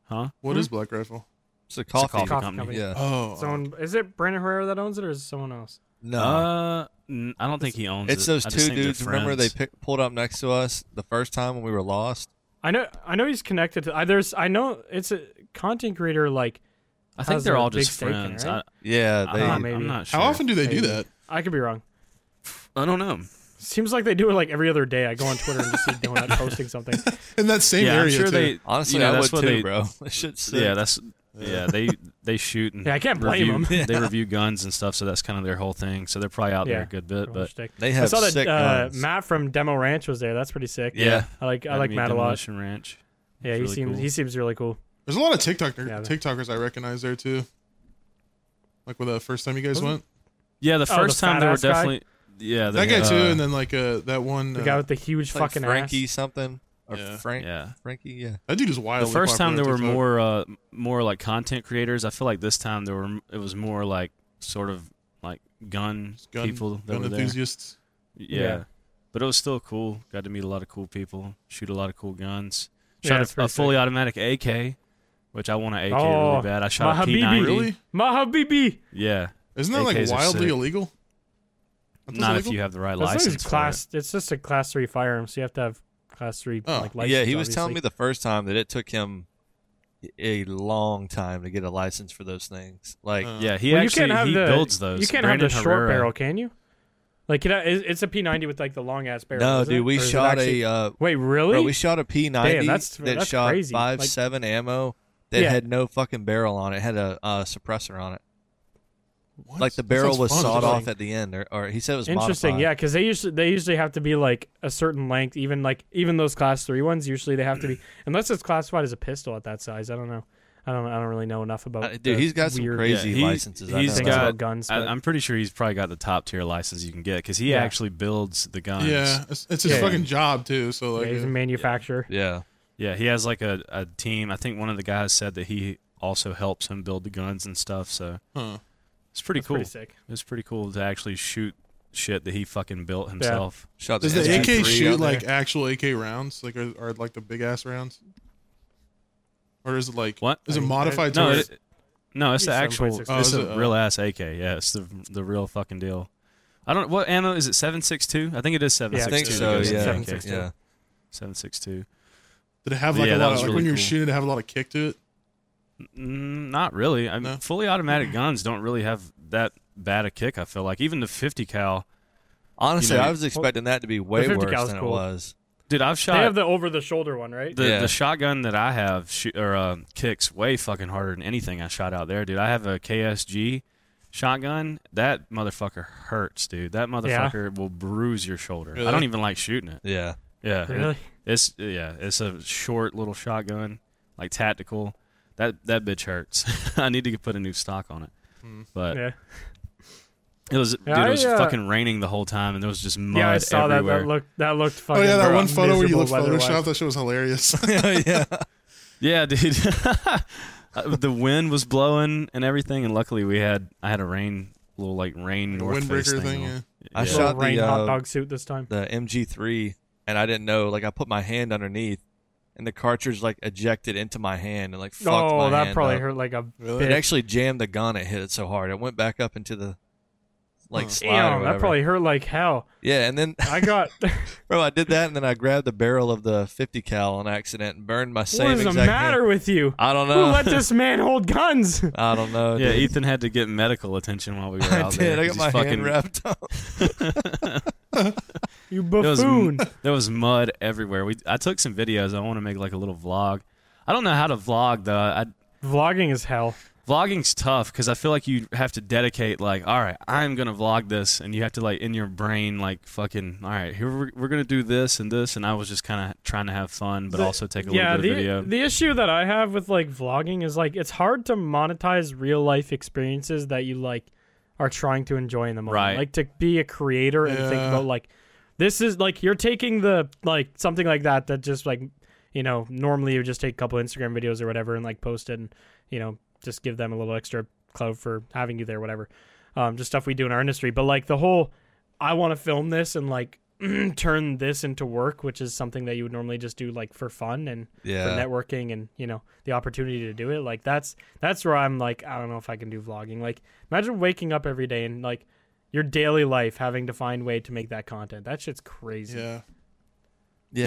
S4: huh? Hmm?
S3: What is Black Rifle?
S6: It's a
S4: It's
S6: coffee.
S4: a coffee,
S5: Coffee
S4: company.
S5: company.
S6: Yeah.
S3: Oh,
S5: It's owned- is it Brandon Herrera that owns it, or is it someone else?
S6: No.
S4: Uh, n- I don't think he owns it.
S6: it's those
S4: I just
S6: two
S4: think they're
S6: dudes. Remember they
S4: friends.
S6: pick, pulled up next to us the first time when we were lost?
S5: I know. I know he's connected to. I, there's. I know it's a content creator. Like
S4: I think
S5: has
S4: they're
S5: a
S4: all
S5: big
S4: just
S5: stake in it,
S4: friends.
S5: right?
S6: Yeah.
S4: I,
S6: They,
S4: I,
S5: Oh, maybe.
S4: am not sure.
S3: how often do they do
S5: Maybe.
S3: that?
S5: I could be wrong.
S4: I don't know.
S5: Seems like they do it like every other day. I go on Twitter and just see Donut posting something.
S3: In that same
S4: yeah,
S3: area
S4: I'm sure
S3: too.
S4: they.
S6: honestly,
S4: you know,
S6: I would
S4: that's
S6: too,
S4: what they,
S6: bro. That shit's sick.
S4: Yeah, that's yeah. They they shoot and
S5: Yeah, I can't blame
S4: review-
S5: 'em.
S4: They review guns and stuff, so that's kind of their whole thing. So they're probably out there
S5: Yeah.
S4: a good bit. But
S5: Stick.
S6: They
S5: I
S6: have
S5: saw that
S6: sick
S5: uh,
S6: guns.
S5: Matt from Demo Ranch was there. That's pretty sick.
S6: Yeah.
S5: I like. I
S4: Had
S5: like
S4: me
S5: Matt a lot.
S4: Demolition Ranch.
S5: Yeah, he
S4: really
S5: seems.
S4: cool.
S5: He seems really cool.
S3: There's a lot of TikTok
S5: Yeah, the-
S3: TikTokers I recognize there too. Like when the first time you guys went,
S4: Yeah, the
S5: Oh, the
S4: first time they were
S5: fat-ass guy?
S4: definitely. Yeah, they
S3: that guy
S4: had-
S3: too, and then like uh, that one.
S5: The
S3: uh,
S5: guy with the huge
S6: It's like
S5: fucking
S6: Frankie
S5: ass.
S6: something or
S3: Yeah.
S6: Frank
S4: Yeah.
S6: Frankie. Yeah.
S3: that dude is wild.
S4: The first time there were more, uh, more like content creators. I feel like this time there were, it was more like sort of like gun,
S3: gun,
S4: people that
S3: gun
S4: were there.
S3: enthusiasts.
S4: Yeah.
S5: Yeah.
S4: but it was still cool. Got to meet a lot of cool people, shoot a lot of cool guns.
S5: Yeah,
S4: Shot
S5: it's
S4: a,
S5: pretty
S4: a fully automatic AK, which I want an AK
S5: Oh,
S4: really bad. I shot
S5: my
S4: a
S5: Habibi.
S4: P90.
S3: Really?
S5: Mahabibi.
S4: Yeah,
S3: Isn't that like
S4: AKs are
S3: wildly
S4: sick.
S3: illegal? Aren't those
S4: not if
S3: illegal?
S4: you have the right
S5: As long as
S4: license.
S5: it's
S4: for it.
S5: class, it's just a class three firearm, so you have to have class three.
S3: Oh.
S5: like, license,
S6: yeah, he was telling me
S5: obviously.
S6: the first time that it took him a long time to get a license for those things. Like,
S3: Uh,
S4: Yeah, he
S5: Well,
S4: actually
S5: you can't have
S4: he
S5: the,
S4: builds those.
S5: You can't
S4: Brandon
S5: have the short
S4: Herrera.
S5: barrel, can you? Like, you know, it's it's a P90 with like the long ass barrel.
S6: no,
S5: isn't
S6: dude,
S5: it?
S6: we
S5: Or is it
S6: shot
S5: actually-
S6: a uh,
S5: Wait, really?
S6: bro, we shot a P ninety
S5: Damn, that's-
S6: that
S5: that's
S6: shot
S5: crazy.
S6: five
S5: Like-
S6: seven ammo that
S5: Yeah.
S6: had no fucking barrel on it. it had a uh, suppressor on it.
S3: What?
S6: Like the
S3: That
S6: barrel
S3: sounds
S6: was
S3: fun.
S6: sawed
S3: Like,
S6: off at the end, or, or he said it was
S5: Interesting,
S6: modified.
S5: yeah, because they usually they usually have to be like a certain length. Even like even those class three ones, usually they have to be unless it's classified as a pistol at that size. I don't know. I don't. I don't really know enough about.
S6: Uh, dude,
S5: the
S6: he's got some
S5: weird-
S6: crazy- Easy licenses, I
S4: He's
S5: know.
S4: got
S5: About guns,
S4: I,
S5: but-
S4: I'm pretty sure he's probably got the top tier license you can get because he
S5: Yeah.
S4: actually builds the guns.
S3: Yeah, it's, it's his
S5: Yeah.
S3: fucking job too. So
S5: Yeah,
S3: like,
S5: he's a manufacturer.
S6: Yeah.
S4: Yeah, he has like a, a team. I think one of the guys said that he also helps him build the guns and stuff. So
S3: huh.
S4: it's pretty
S5: That's
S4: cool.
S5: pretty sick.
S4: It's pretty cool to actually shoot shit that he fucking built himself.
S6: Shot
S3: Does the
S6: MP3
S3: AK
S6: out
S3: shoot
S6: there.
S3: like actual AK rounds? Like are, are like the big ass rounds? Or is it like
S4: What?
S3: Is
S5: I
S3: it
S5: mean,
S3: modified to
S4: No,
S3: where-
S4: it, no, it's the
S5: Maybe
S4: actual.
S5: 7.6.
S3: Oh,
S4: it's
S3: is
S4: a
S3: it?
S4: real ass AK. Yeah, it's the the real fucking deal. I don't. What ammo is it? Seven six two? I think it is seven
S5: Yeah,
S6: I
S4: six two.
S6: think
S5: Six
S6: so.
S5: two.
S6: Yeah.
S5: Seven
S4: Okay.
S5: six two.
S6: yeah.
S4: Seven six two.
S3: did it have like
S4: Yeah,
S3: a
S4: that
S3: lot
S4: was
S3: of, like
S4: really
S3: when you're
S4: cool.
S3: shooting it have a lot of kick to it?
S4: Mm, not really. I mean,
S3: No?
S4: fully automatic guns don't really have that bad a kick. I feel like even the fifty cal.
S6: Honestly,
S4: You know,
S6: I was expecting that to be way
S5: 50
S6: worse
S5: cal's
S6: than
S5: cool.
S6: it was.
S4: Dude, I've
S5: They
S4: shot.
S5: have the over-the-shoulder one, right?
S4: The,
S6: Yeah.
S4: the shotgun that I have sh- or uh, kicks way fucking harder than anything I shot out there, dude. I have a KSG shotgun. That motherfucker hurts, dude. That motherfucker will bruise your shoulder. I
S3: Really?
S4: don't even like shooting it.
S6: Yeah.
S4: Yeah,
S5: Really?
S4: It's yeah, it's a short little shotgun, like tactical. That that bitch hurts. I need to put a new stock on it.
S3: Hmm.
S4: But
S5: yeah.
S4: it was
S5: Yeah,
S4: dude,
S5: I,
S4: it was
S5: uh,
S4: fucking raining the whole time, and there was just mud
S5: Yeah, I saw that.
S4: everywhere.
S5: That looked. That looked
S3: Oh
S5: fucking.
S3: yeah, that
S5: bro-
S3: one photo where you look
S5: miserable
S3: photoshopped.
S5: weather-wise.
S3: That shit was hilarious.
S6: yeah.
S4: Yeah, dude. Uh, the wind was blowing and everything, and luckily we had I had a rain little like rain north face
S3: Windbreaker
S4: thing.
S3: thing.
S4: on.
S3: Yeah.
S6: I
S4: Yeah.
S5: Little
S6: shot
S5: rain
S6: the
S5: hot
S6: uh,
S5: dog suit this time.
S6: the MG3, and I didn't know. Like I put my hand underneath, and the cartridge like ejected into my hand and like fucked my
S5: Oh, that
S6: hand
S5: probably
S6: up.
S5: hurt like a
S3: Really?
S6: It
S5: bitch.
S6: actually jammed the gun. It hit it so hard, it went back up into the like
S3: Huh.
S6: slide. or
S5: Damn, that
S6: whatever.
S5: probably hurt like hell.
S6: yeah. And then
S5: I got.
S6: bro, I did that, and then I grabbed the barrel of the 50 cal on accident and burned my same
S5: what is the
S6: exact.
S5: matter
S6: Hand.
S5: with you?
S6: I don't
S5: Who
S6: know.
S5: let this man hold guns?
S6: I don't know.
S4: Yeah,
S6: dude.
S4: Ethan had to get medical attention while we were
S6: I
S4: out there.
S6: did. I got
S4: 'cause
S6: my
S4: he's
S6: hand
S4: fucking,
S6: wrapped up.
S5: You
S4: there was
S5: buffoon.
S4: there was mud everywhere. We I took some videos. I want to make like a little vlog. I don't know how to vlog though. I,
S5: Vlogging is hell.
S4: vlogging's tough because I feel like you have to dedicate like, all right, I'm gonna vlog this, and you have to like in your brain like fucking, all right, here we're, we're gonna do this and this, and I was just kind of trying to have fun, but also take a little
S5: yeah,
S4: bit
S5: the,
S4: of video.
S5: the issue that I have with like vlogging is like it's hard to monetize real life experiences that you like are trying to enjoy in the moment.
S4: Right.
S5: Like to be a creator and think
S3: Yeah.
S5: about like this is like you're taking the like something like that that just like you know normally you would just take a couple Instagram videos or whatever and like post it and you know just give them a little extra clout for having you there whatever. Um, just stuff we do in our industry, but like the whole I want to film this and like turn this into work, which is something that you would normally just do like for fun and
S6: Yeah.
S5: for networking and you know the opportunity to do it. Like that's that's where I'm like I don't know if I can do vlogging. Like imagine waking up every day and like your daily life having to find way to make that content. That shit's crazy.
S3: Yeah.
S6: Yeah,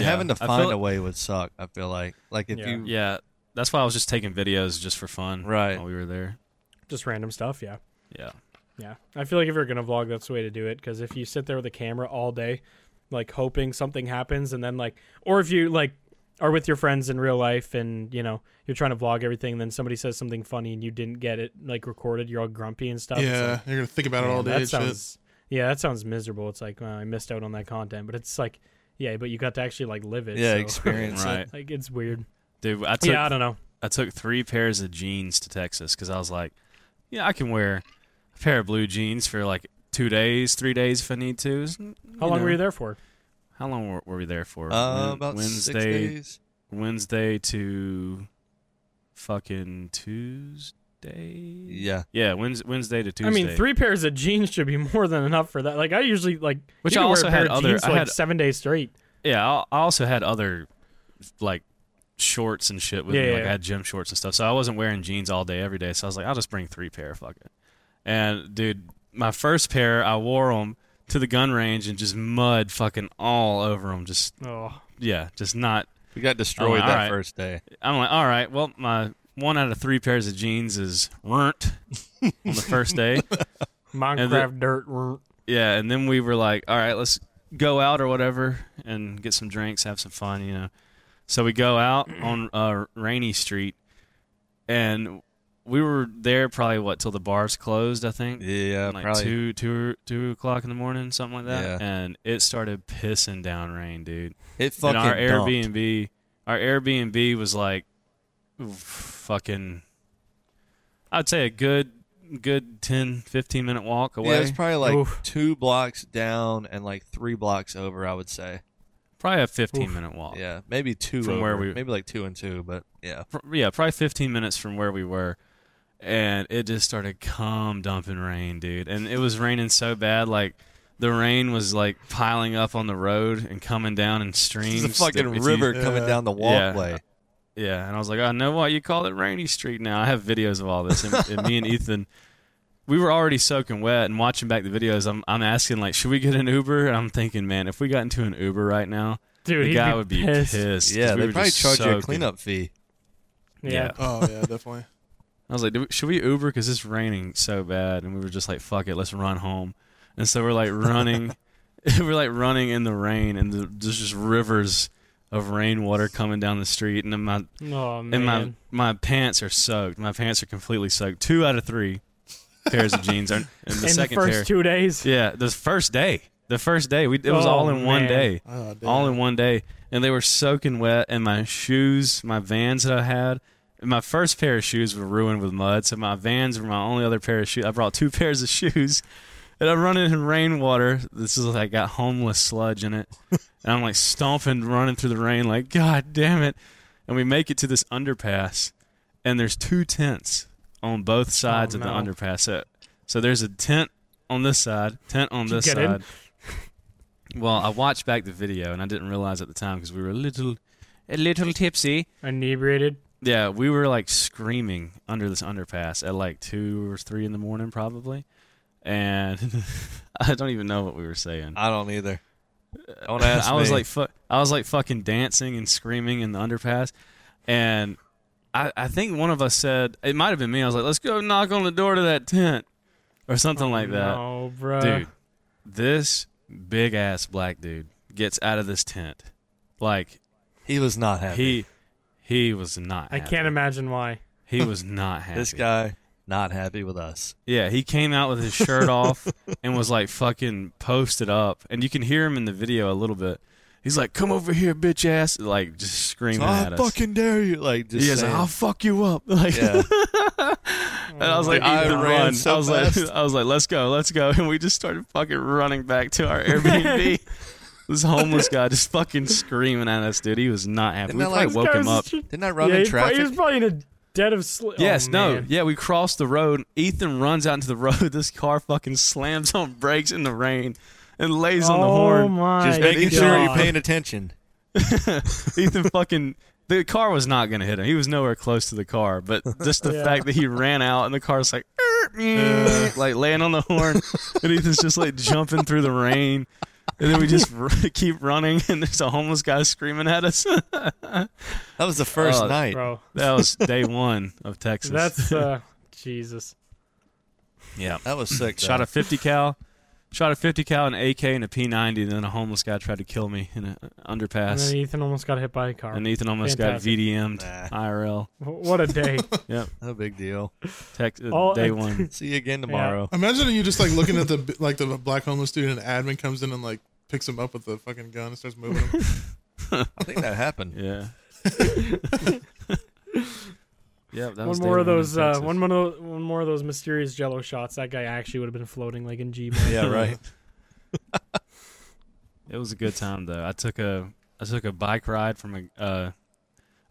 S4: Yeah.
S6: having to
S4: I
S6: find
S4: feel-
S6: a way would suck. I feel like, like if
S5: Yeah.
S6: you,
S4: yeah, that's why I was just taking videos just for fun,
S6: Right.
S4: While we were there,
S5: Just random stuff. Yeah.
S4: yeah.
S5: Yeah. I feel like if you're going to vlog, that's the way to do it. Because if you sit there with a camera all day, like hoping something happens, and then like, or if you like are with your friends in real life and, you know, you're trying to vlog everything, and then somebody says something funny and you didn't get it like recorded, you're all grumpy and stuff. it's
S3: Yeah.
S5: like,
S3: You're gonna think about it
S5: man,
S3: all day.
S5: That
S3: and shit.
S5: sounds, yeah, that sounds miserable. It's like, well, I missed out on that content, but it's like, yeah, but you got to actually like live it.
S6: yeah,
S5: so-
S6: experience it.
S4: Right,
S5: like it's weird.
S4: dude. I took
S5: yeah, I don't know.
S4: I took three pairs of jeans to Texas because I was like, yeah, I can wear a pair of blue jeans for like two days, three days if I need to. It's-
S5: How long were you there for?
S4: How long were, were we there for?
S6: Uh,
S4: Wen-
S6: about
S4: Wednesday,
S6: six days.
S4: Wednesday to fucking Tuesday.
S6: Yeah,
S4: Yeah, Wednes- Wednesday to Tuesday.
S5: I mean, three pairs of jeans should be more than enough for that. Like I usually like,
S4: Which
S5: you
S4: I
S5: can
S4: also
S5: wear a pair
S4: had
S5: of
S4: other-
S5: jeans for,
S4: I
S5: like
S4: had-
S5: seven days straight.
S4: Yeah, I, I also had other like shorts and shit with
S5: Yeah,
S4: me.
S5: yeah,
S4: Like I
S5: yeah.
S4: had gym shorts and stuff, so I wasn't wearing jeans all day every day. So I was like, I'll just bring three pair. Fuck it. And dude, my first pair, I wore them to the gun range and just mud fucking all over them. Just
S5: Oh,
S4: yeah, just not.
S6: we got destroyed
S4: Oh,
S6: that
S4: alright.
S6: first day.
S4: I'm like, all right, well, my one out of three pairs of jeans is runt on the first day.
S5: Minecraft dirt.
S4: Yeah, and then we were like, all right, let's go out or whatever and get some drinks, have some fun, you know. So we go out on uh, Rainy Street, and we were there probably what till the bars closed, I think.
S6: Yeah,
S4: like
S6: probably.
S4: two, two, two o'clock in the morning, something like that.
S6: Yeah.
S4: And it started pissing down rain, dude.
S6: It fucking
S4: and our
S6: dumped.
S4: Airbnb, our Airbnb was like, fucking I'd say a good good 10, 15 minute walk away.
S6: Yeah, it was probably like
S5: Oof.
S6: two blocks down and like three blocks over. I would say.
S4: Probably a fifteen
S5: Oof.
S4: minute walk.
S6: Yeah, maybe two
S4: From where
S6: over,
S4: we-
S6: maybe like two and two, but yeah.
S4: pr- yeah, probably 15 minutes from where we were, and it just started cum dumping rain, dude. And it was raining so bad, like the rain was like piling up on the road and coming down in streams.
S6: It's a
S4: that
S6: fucking
S4: if you-
S6: river coming down the
S4: Yeah.
S6: walkway.
S4: yeah, and I was like, I know what you call it, rainy street. Now I have videos of all this, and, and me and Ethan. We were already soaking wet and watching back the videos. I'm, I'm asking like, should we get an Uber? And I'm thinking, man, if we got into an Uber right now,
S5: Dude,
S4: the
S5: he'd
S4: guy
S5: be
S4: would be
S5: pissed.
S4: pissed. 'cause
S6: Yeah,
S4: we
S6: they
S4: were
S6: probably
S4: just
S6: charge you a
S4: soaking.
S6: cleanup fee.
S4: yeah.
S3: Oh yeah, definitely.
S4: I was like, Do we, should we Uber? Because it's raining so bad. And we were just like, fuck it, let's run home. And so we're like running. we're like running in the rain, and the, there's just rivers of rainwater coming down the street. And then my
S5: Oh man.
S4: and my my pants are soaked. My pants are completely soaked. Two out of three pairs of jeans. Are, and the
S5: in the
S4: second
S5: first
S4: pair.
S5: two days.
S4: Yeah, the first day. The first day. We it was
S5: Oh,
S4: all in one
S5: man.
S4: day.
S3: Oh, damn.
S4: all in one day. And they were soaking wet and my shoes, my vans that I had, my first pair of shoes were ruined with mud, so my vans were my only other pair of shoes. I brought two pairs of shoes. And I'm running in rainwater. This is like got homeless sludge in it. And I'm like stomping, running through the rain, like, God damn it. And we make it to this underpass. And there's two tents on both sides
S5: Oh,
S4: of
S5: no.
S4: the underpass. So, so there's a tent on this side, tent on
S5: Did you
S4: this
S5: get in?
S4: side. Well, I watched back the video and I didn't realize at the time because we were a little, a little tipsy.
S5: Inebriated.
S4: Yeah, we were like screaming under this underpass at like two or three in the morning, probably. And I don't even know what we were saying.
S6: I don't either. Don't ask
S4: Uh, I was
S6: me.
S4: like, fu- I was like fucking dancing and screaming in the underpass, and I, I think one of us said it might have been me. I was like, let's go knock on the door to that tent or something like that.
S5: Oh, No, bro.
S4: Dude, this big ass black dude gets out of this tent. Like
S6: he was not happy.
S4: he he was not
S5: I
S4: happy.
S5: can't imagine why.
S4: He was not happy.
S6: this guy not happy with us.
S4: Yeah, he came out with his shirt off and was like fucking posted up. And you can hear him in the video a little bit. He's like, Come over here, bitch ass like just screaming
S6: I
S4: at us.
S6: fucking dare you! Like just
S4: He is like,
S6: saying,
S4: I'll fuck you up. Like
S6: yeah.
S4: and I was like,
S6: I
S4: Ethan,
S6: ran
S4: run.
S6: so
S4: I was
S6: fast.
S4: like I was like, let's go, let's go. And we just started fucking running back to our Airbnb. this homeless guy just fucking screaming at us, dude. He was not happy.
S6: Isn't
S4: we
S6: that
S4: probably woke
S6: like-
S4: him up.
S6: Didn't I run
S5: yeah,
S6: in
S5: he probably-
S6: traffic?
S5: He was probably in a dead of sleep.
S4: Yes,
S5: oh,
S4: no,
S5: man.
S4: yeah, we crossed the road. Ethan runs out into the road. This car fucking slams on brakes in the rain and lays on the
S5: oh
S4: horn.
S5: my
S6: just making
S5: God.
S6: sure you're paying attention.
S4: Ethan fucking the car was not gonna hit him. He was nowhere close to the car, but just the
S5: Yeah.
S4: fact that he ran out and the car's like "Er, meh," like laying on the horn, and Ethan's just like jumping through the rain, and then we just r- keep running, and there's a homeless guy screaming at us.
S6: That was the first
S4: Oh,
S6: night.
S5: Bro,
S4: that was day one of Texas.
S5: that's uh, Jesus.
S4: yeah.
S6: That was sick.
S4: Shot
S6: though.
S4: a 50 cal, shot a 50 cal, an AK, and a P90, and then a homeless guy tried to kill me in an
S5: And then
S4: underpass,
S5: Ethan almost got hit by a car.
S4: and Ethan almost
S5: Fantastic.
S4: got VDM'd
S6: Nah.
S4: IRL.
S5: what a day.
S4: Yep,
S6: No big deal.
S4: Tex- uh,
S5: All-
S4: day one.
S6: See you again tomorrow.
S3: Imagine you just like looking at the like the black homeless dude, and an admin comes in and like picks him up with the fucking gun and starts moving him.
S6: I think that happened.
S4: Yeah. yeah, that
S5: one
S4: was
S5: more
S4: day
S5: of those.
S4: in
S5: Uh,
S4: Texas.
S5: one more. of tho- One more of those mysterious Jello shots. That guy actually would have been floating like in G. mode.
S6: Yeah, right.
S4: It was a good time though. I took a I took a bike ride from a uh,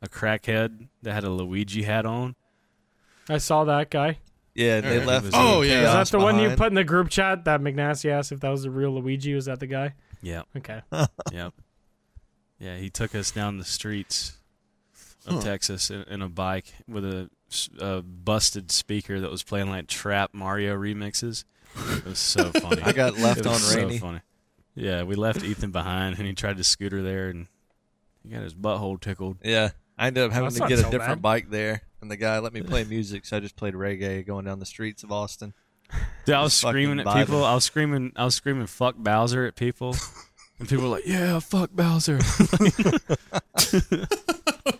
S4: a crackhead that had a Luigi hat on.
S5: I saw that guy.
S6: Yeah, they
S3: Alright.
S6: left.
S3: Oh, yeah.
S5: Is
S3: Yeah,
S5: that
S6: chaos
S5: the one you
S6: behind.
S5: put in the group chat? That McNasty asked if that was the real Luigi. Was that the guy?
S4: Yep,
S5: Okay.
S4: yep, yeah. He took us down the streets of
S3: Huh.
S4: Texas in, in a bike with a, s- a busted speaker that was playing like trap Mario remixes. It was so funny.
S6: I got left
S4: It
S6: on
S4: was
S6: rainy.
S4: So funny. Yeah, we left Ethan behind, and he tried to scooter there, and he got his butthole tickled.
S6: Yeah. I ended up having
S5: That's
S6: to
S5: not
S6: get a
S5: so
S6: different
S5: bad.
S6: bike there, and the guy let me play music, so I just played reggae going down the streets of Austin.
S4: Dude, I was
S6: Just fucking
S4: screaming at
S6: vibing.
S4: people. I was screaming. I was screaming "fuck Bowser" at people, and people were like, "Yeah, fuck Bowser."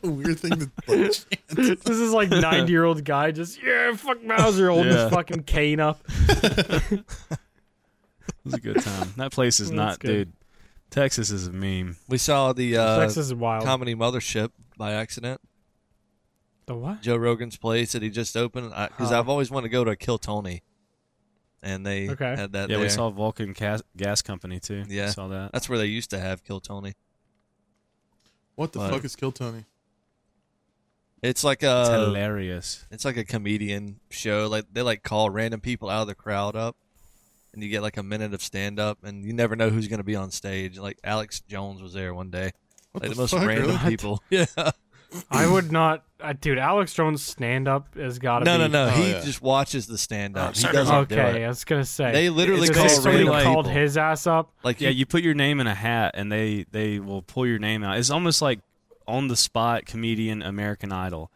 S3: Weird thing to like,
S5: This is like ninety year old guy just yeah fuck Mauser holding
S4: Yeah.
S5: his fucking cane up.
S4: It was a good time. That place is
S5: That's
S4: not,
S5: good.
S4: dude. Texas is a meme.
S6: We saw the uh,
S5: Texas is wild.
S6: comedy Mothership by accident.
S5: The what?
S6: Joe Rogan's place that he just opened because I've always wanted to go to Kill Tony, and they
S5: Okay.
S6: had that.
S4: yeah,
S6: there.
S4: we saw Vulcan Gas, Gas Company too.
S6: Yeah.
S4: saw that.
S6: That's where they used to have Kill Tony.
S3: What the
S6: But-
S3: fuck is Kill Tony?
S6: It's like
S4: It's
S6: a
S4: hilarious.
S6: it's like a comedian show. Like they like call random people out of the crowd up, and you get like a minute of stand up, and you never know who's gonna be on stage. Like Alex Jones was there one day.
S3: What
S6: like
S3: the
S6: the most
S3: fuck,
S6: random
S3: really?
S6: people. Yeah.
S5: I would not, uh, dude. Alex Jones stand up has got to
S6: No, no,
S5: be.
S6: no.
S3: Oh,
S6: he
S3: yeah.
S6: just watches the stand up. He doesn't do
S5: Okay,
S6: it.
S5: I was gonna say
S6: They literally
S5: If
S6: call
S5: somebody
S4: random
S5: called
S6: people.
S5: his ass up.
S6: Like
S4: Yeah,
S6: you,
S4: you put your name in a hat, and they they will pull your name out. It's almost like on the spot comedian American Idol.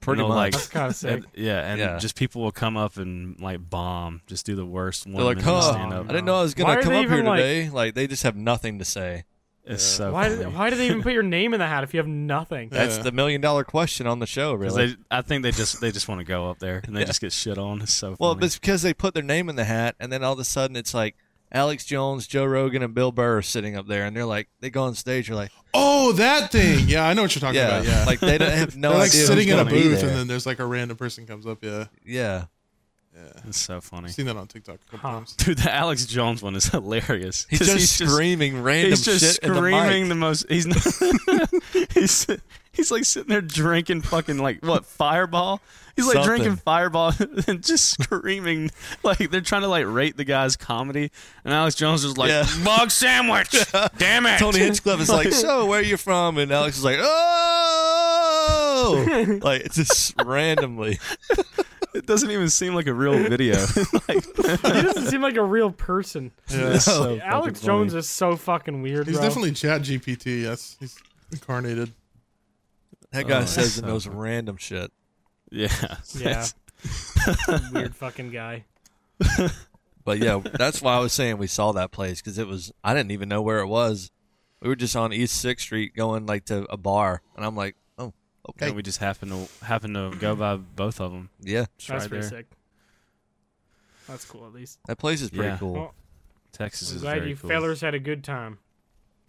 S6: pretty
S4: know,
S6: much.
S4: like-
S5: That's kind of sick.
S4: And- yeah, and
S6: Yeah.
S4: just people will come up and like bomb, just do the worst one
S6: They're like,
S4: minute
S6: huh,
S4: stand
S6: I
S4: up.
S6: didn't know I was
S5: Why
S6: gonna
S5: are
S6: come
S5: they
S6: up here
S5: even, like-
S6: today. Like they just have nothing to say.
S4: It's so
S5: Why?
S4: funny.
S5: Why do they even put your name in the hat if you have nothing?
S6: That's
S3: Yeah.
S6: the million dollar question on the show,
S4: 'Cause
S6: really.
S4: They, I think they just they just want to go up there and they just get shit on. It's so funny.
S6: well, it's because they put their name in the hat, and then all of a sudden it's like Alex Jones, Joe Rogan, and Bill Burr are sitting up there, and they're like, they go on stage, you're like,
S3: Oh, that thing. Yeah, I know what you're talking
S6: yeah,
S3: about. Yeah,
S6: like they don't have no
S3: they're like
S6: idea who's
S3: sitting in a
S6: gonna be
S3: booth, and
S6: there.
S3: then there's like a random person comes up. Yeah,
S6: yeah,
S4: it's so funny.
S3: I've seen that on TikTok a couple
S5: Huh.
S3: times.
S4: Dude, the Alex Jones one is hilarious.
S6: he's
S4: 'Cause
S6: just screaming random
S4: he's just
S6: shit
S4: screaming
S6: in
S4: the,
S6: the mic.
S4: most. He's not, he's he's like sitting there drinking fucking like what Fireball. He's like
S6: Something.
S4: drinking Fireball and just screaming like they're trying to like rate the guy's comedy. And Alex Jones is like
S6: Yeah.
S4: mug sandwich. Damn it,
S6: Tony Hinchcliffe is like, so where are you from? And Alex is like, oh, like it's just randomly.
S4: It doesn't even seem like a real video. like,
S5: he doesn't seem like a real person.
S3: Yeah.
S4: it's so
S5: Alex
S4: fucking funny.
S5: Jones is so fucking weird.
S3: He's
S5: bro.
S3: definitely Chat GPT. Yes, he's incarnated.
S6: That guy
S4: Oh,
S6: says the
S4: so
S6: most random shit.
S4: Yeah.
S5: yeah, weird fucking guy.
S6: But yeah, that's why I was saying we saw that place because it was I didn't even know where it was. We were just on East Sixth Street going like to a bar, and I'm like, oh, okay,
S4: And we just happen to happen to go by both of them.
S6: yeah,
S5: That's
S4: right
S5: pretty
S4: there.
S5: sick. That's cool, at least.
S6: that place is pretty
S4: Yeah.
S6: cool.
S5: Well,
S4: Texas
S5: I'm
S4: is
S5: glad
S4: very
S5: you
S4: cool.
S5: fellers had a good time.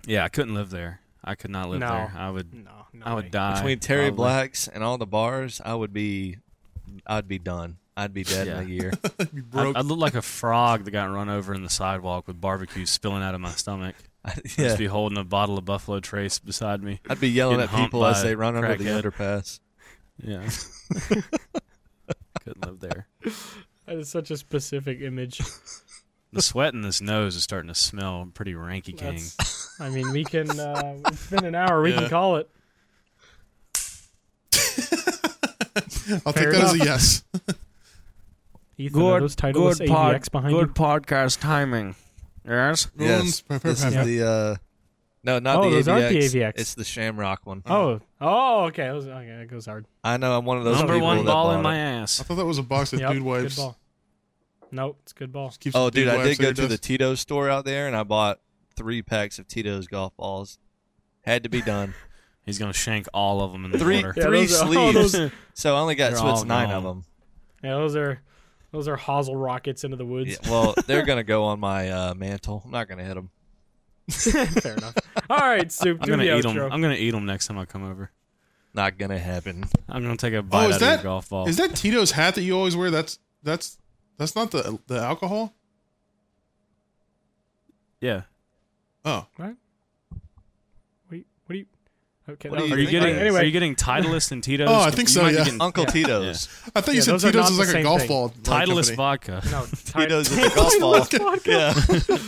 S4: Yeah, I couldn't live there. I could not live
S5: No.
S4: there. I would.
S5: No, no
S4: I would
S5: way.
S4: die.
S6: Between Terry
S4: probably.
S6: Blacks and all the bars, I would be, I'd be done. I'd be dead
S4: Yeah.
S6: in a year.
S3: You broke.
S4: I, I look like a frog that got run over in the sidewalk with barbecue spilling out of my stomach.
S6: I-
S4: I'd
S6: yeah,
S4: Just be holding a bottle of Buffalo Trace beside me.
S6: I'd be yelling
S4: getting
S6: at
S4: humped
S6: people as
S4: by
S6: they run under the
S4: crackhead.
S6: underpass.
S4: Yeah. couldn't live there.
S5: That is such a specific image.
S4: The sweat in this nose is starting to smell pretty ranky king.
S5: That's, I mean, we can. Uh, it's been an hour. We
S3: Yeah.
S5: can call it.
S3: I'll
S5: Fair
S3: take that as a
S5: enough.
S3: yes.
S5: Ethan, are those titles AVX behind you?
S4: podcast timing. Yes.
S6: Yes,
S3: Runes,
S6: this is
S5: Yeah.
S6: the. Uh, no, not
S5: Oh,
S6: the
S5: those
S6: AVX.
S5: aren't the AVX.
S6: It's the Shamrock one.
S5: Oh, oh, okay. That was, okay, that goes hard.
S6: I know. I'm one of those
S4: Number
S6: people
S4: one
S6: that
S4: ball
S6: bought
S4: in
S6: it.
S4: my
S3: I
S4: ass.
S3: thought that was a box of
S5: Yep,
S3: dude wipes.
S5: Good ball. Nope, it's good ball.
S3: Just keeps
S6: Oh,
S3: the
S6: dude, I
S3: wipes
S6: did
S3: at
S6: go
S3: your
S6: to the
S3: desk.
S6: Tito's store out there and I bought three packs of Tito's golf balls. Had to be done.
S4: He's gonna shank all of them in the
S6: Three,
S4: water.
S5: Yeah,
S6: three
S5: those are- all
S6: sleeves.
S5: those-
S6: so I only got
S4: They're
S6: so it's
S4: all
S6: nine
S4: gone.
S6: of them.
S5: Yeah, those are those are hosel rockets into the woods.
S6: Yeah, well, they're gonna go on my uh, mantle. I'm not gonna hit them.
S5: Fair enough. All right, soup.
S4: I'm
S5: do
S4: gonna
S5: the
S4: eat them.
S5: outro.
S4: I'm gonna eat them next time I come over.
S6: Not gonna happen.
S4: I'm gonna take a bite
S3: Oh,
S4: out
S3: is
S4: of
S3: that
S4: your golf ball.
S3: is that Tito's hat that you always wear? That's that's that's not the the alcohol.
S4: yeah.
S3: Oh,
S5: Wait, what do you? Okay,
S6: What
S5: that
S6: do
S5: was-
S6: you
S4: Are you
S6: think
S4: getting
S6: that is?
S4: are you
S5: anyway?
S4: getting Titleist and Tito's?
S3: Oh, I
S4: You
S3: think
S4: might
S3: so,
S4: be
S3: yeah.
S4: getting
S6: Uncle Tito's.
S3: I thought you
S5: Yeah,
S3: said
S5: those are
S3: Tito's
S5: not
S3: is
S5: the
S3: like a
S5: same
S3: golf
S5: thing.
S3: ball. company.
S4: Titleist vodka.
S5: No,
S6: Tito's
S5: ti-
S6: is a golf ball. Yeah.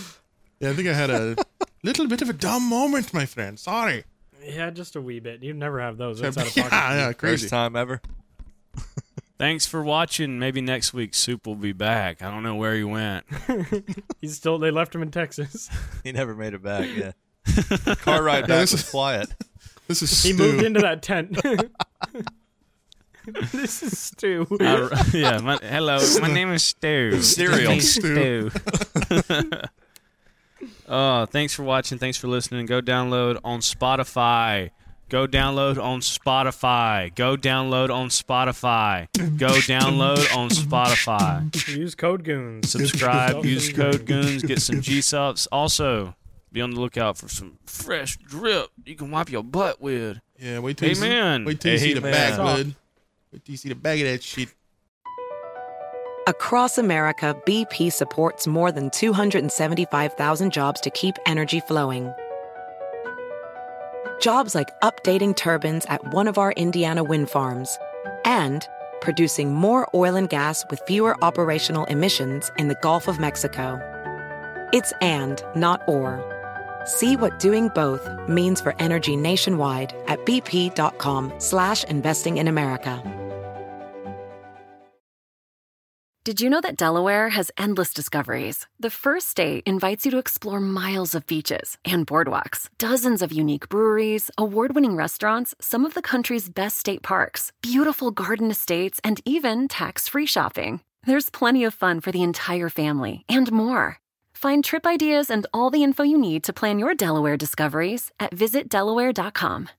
S3: Yeah, I think I had a little bit of a dumb moment, my friend. Sorry.
S5: yeah, just a wee bit. You never have those.
S3: Yeah,
S5: That's out of pocket.
S3: yeah,
S6: First
S3: crazy.
S6: time ever.
S4: Thanks for watching. Maybe next week Soup will be back. I don't know where he went.
S5: He's still. They left him in Texas.
S6: He never made it back. Yeah. The car ride back
S3: this
S6: was
S3: is-
S6: quiet.
S3: This is
S5: He
S3: Stu.
S5: moved into that tent. this is Stu.
S4: I- yeah. My, hello, my name is Stu.
S6: Cereal.
S4: Hey, Stu. uh, thanks for watching. Thanks for listening. Go download on Spotify. Go download on Spotify. Go download on Spotify. Go download on Spotify.
S5: Use code goons.
S4: subscribe, use code goons, get some G subs. Also, be on the lookout for some fresh drip you can wipe your butt with.
S3: Yeah, wait till you see,
S4: Amen.
S3: wait till you see the
S6: Amen.
S3: back, bud. DC to bag of that shit.
S8: Across America, BP supports more than 275,000 jobs to keep energy flowing. Jobs like updating turbines at one of our Indiana wind farms and producing more oil and gas with fewer operational emissions in the Gulf of Mexico. It's and, not or. See what doing both means for energy nationwide at bp.com slash investing in America.
S9: Did you know that Delaware has endless discoveries? The first state invites you to explore miles of beaches and boardwalks, dozens of unique breweries, award winning restaurants, some of the country's best state parks, beautiful garden estates, and even tax free shopping. There's plenty of fun for the entire family and more. Find trip ideas and all the info you need to plan your Delaware discoveries at visitdelaware.com.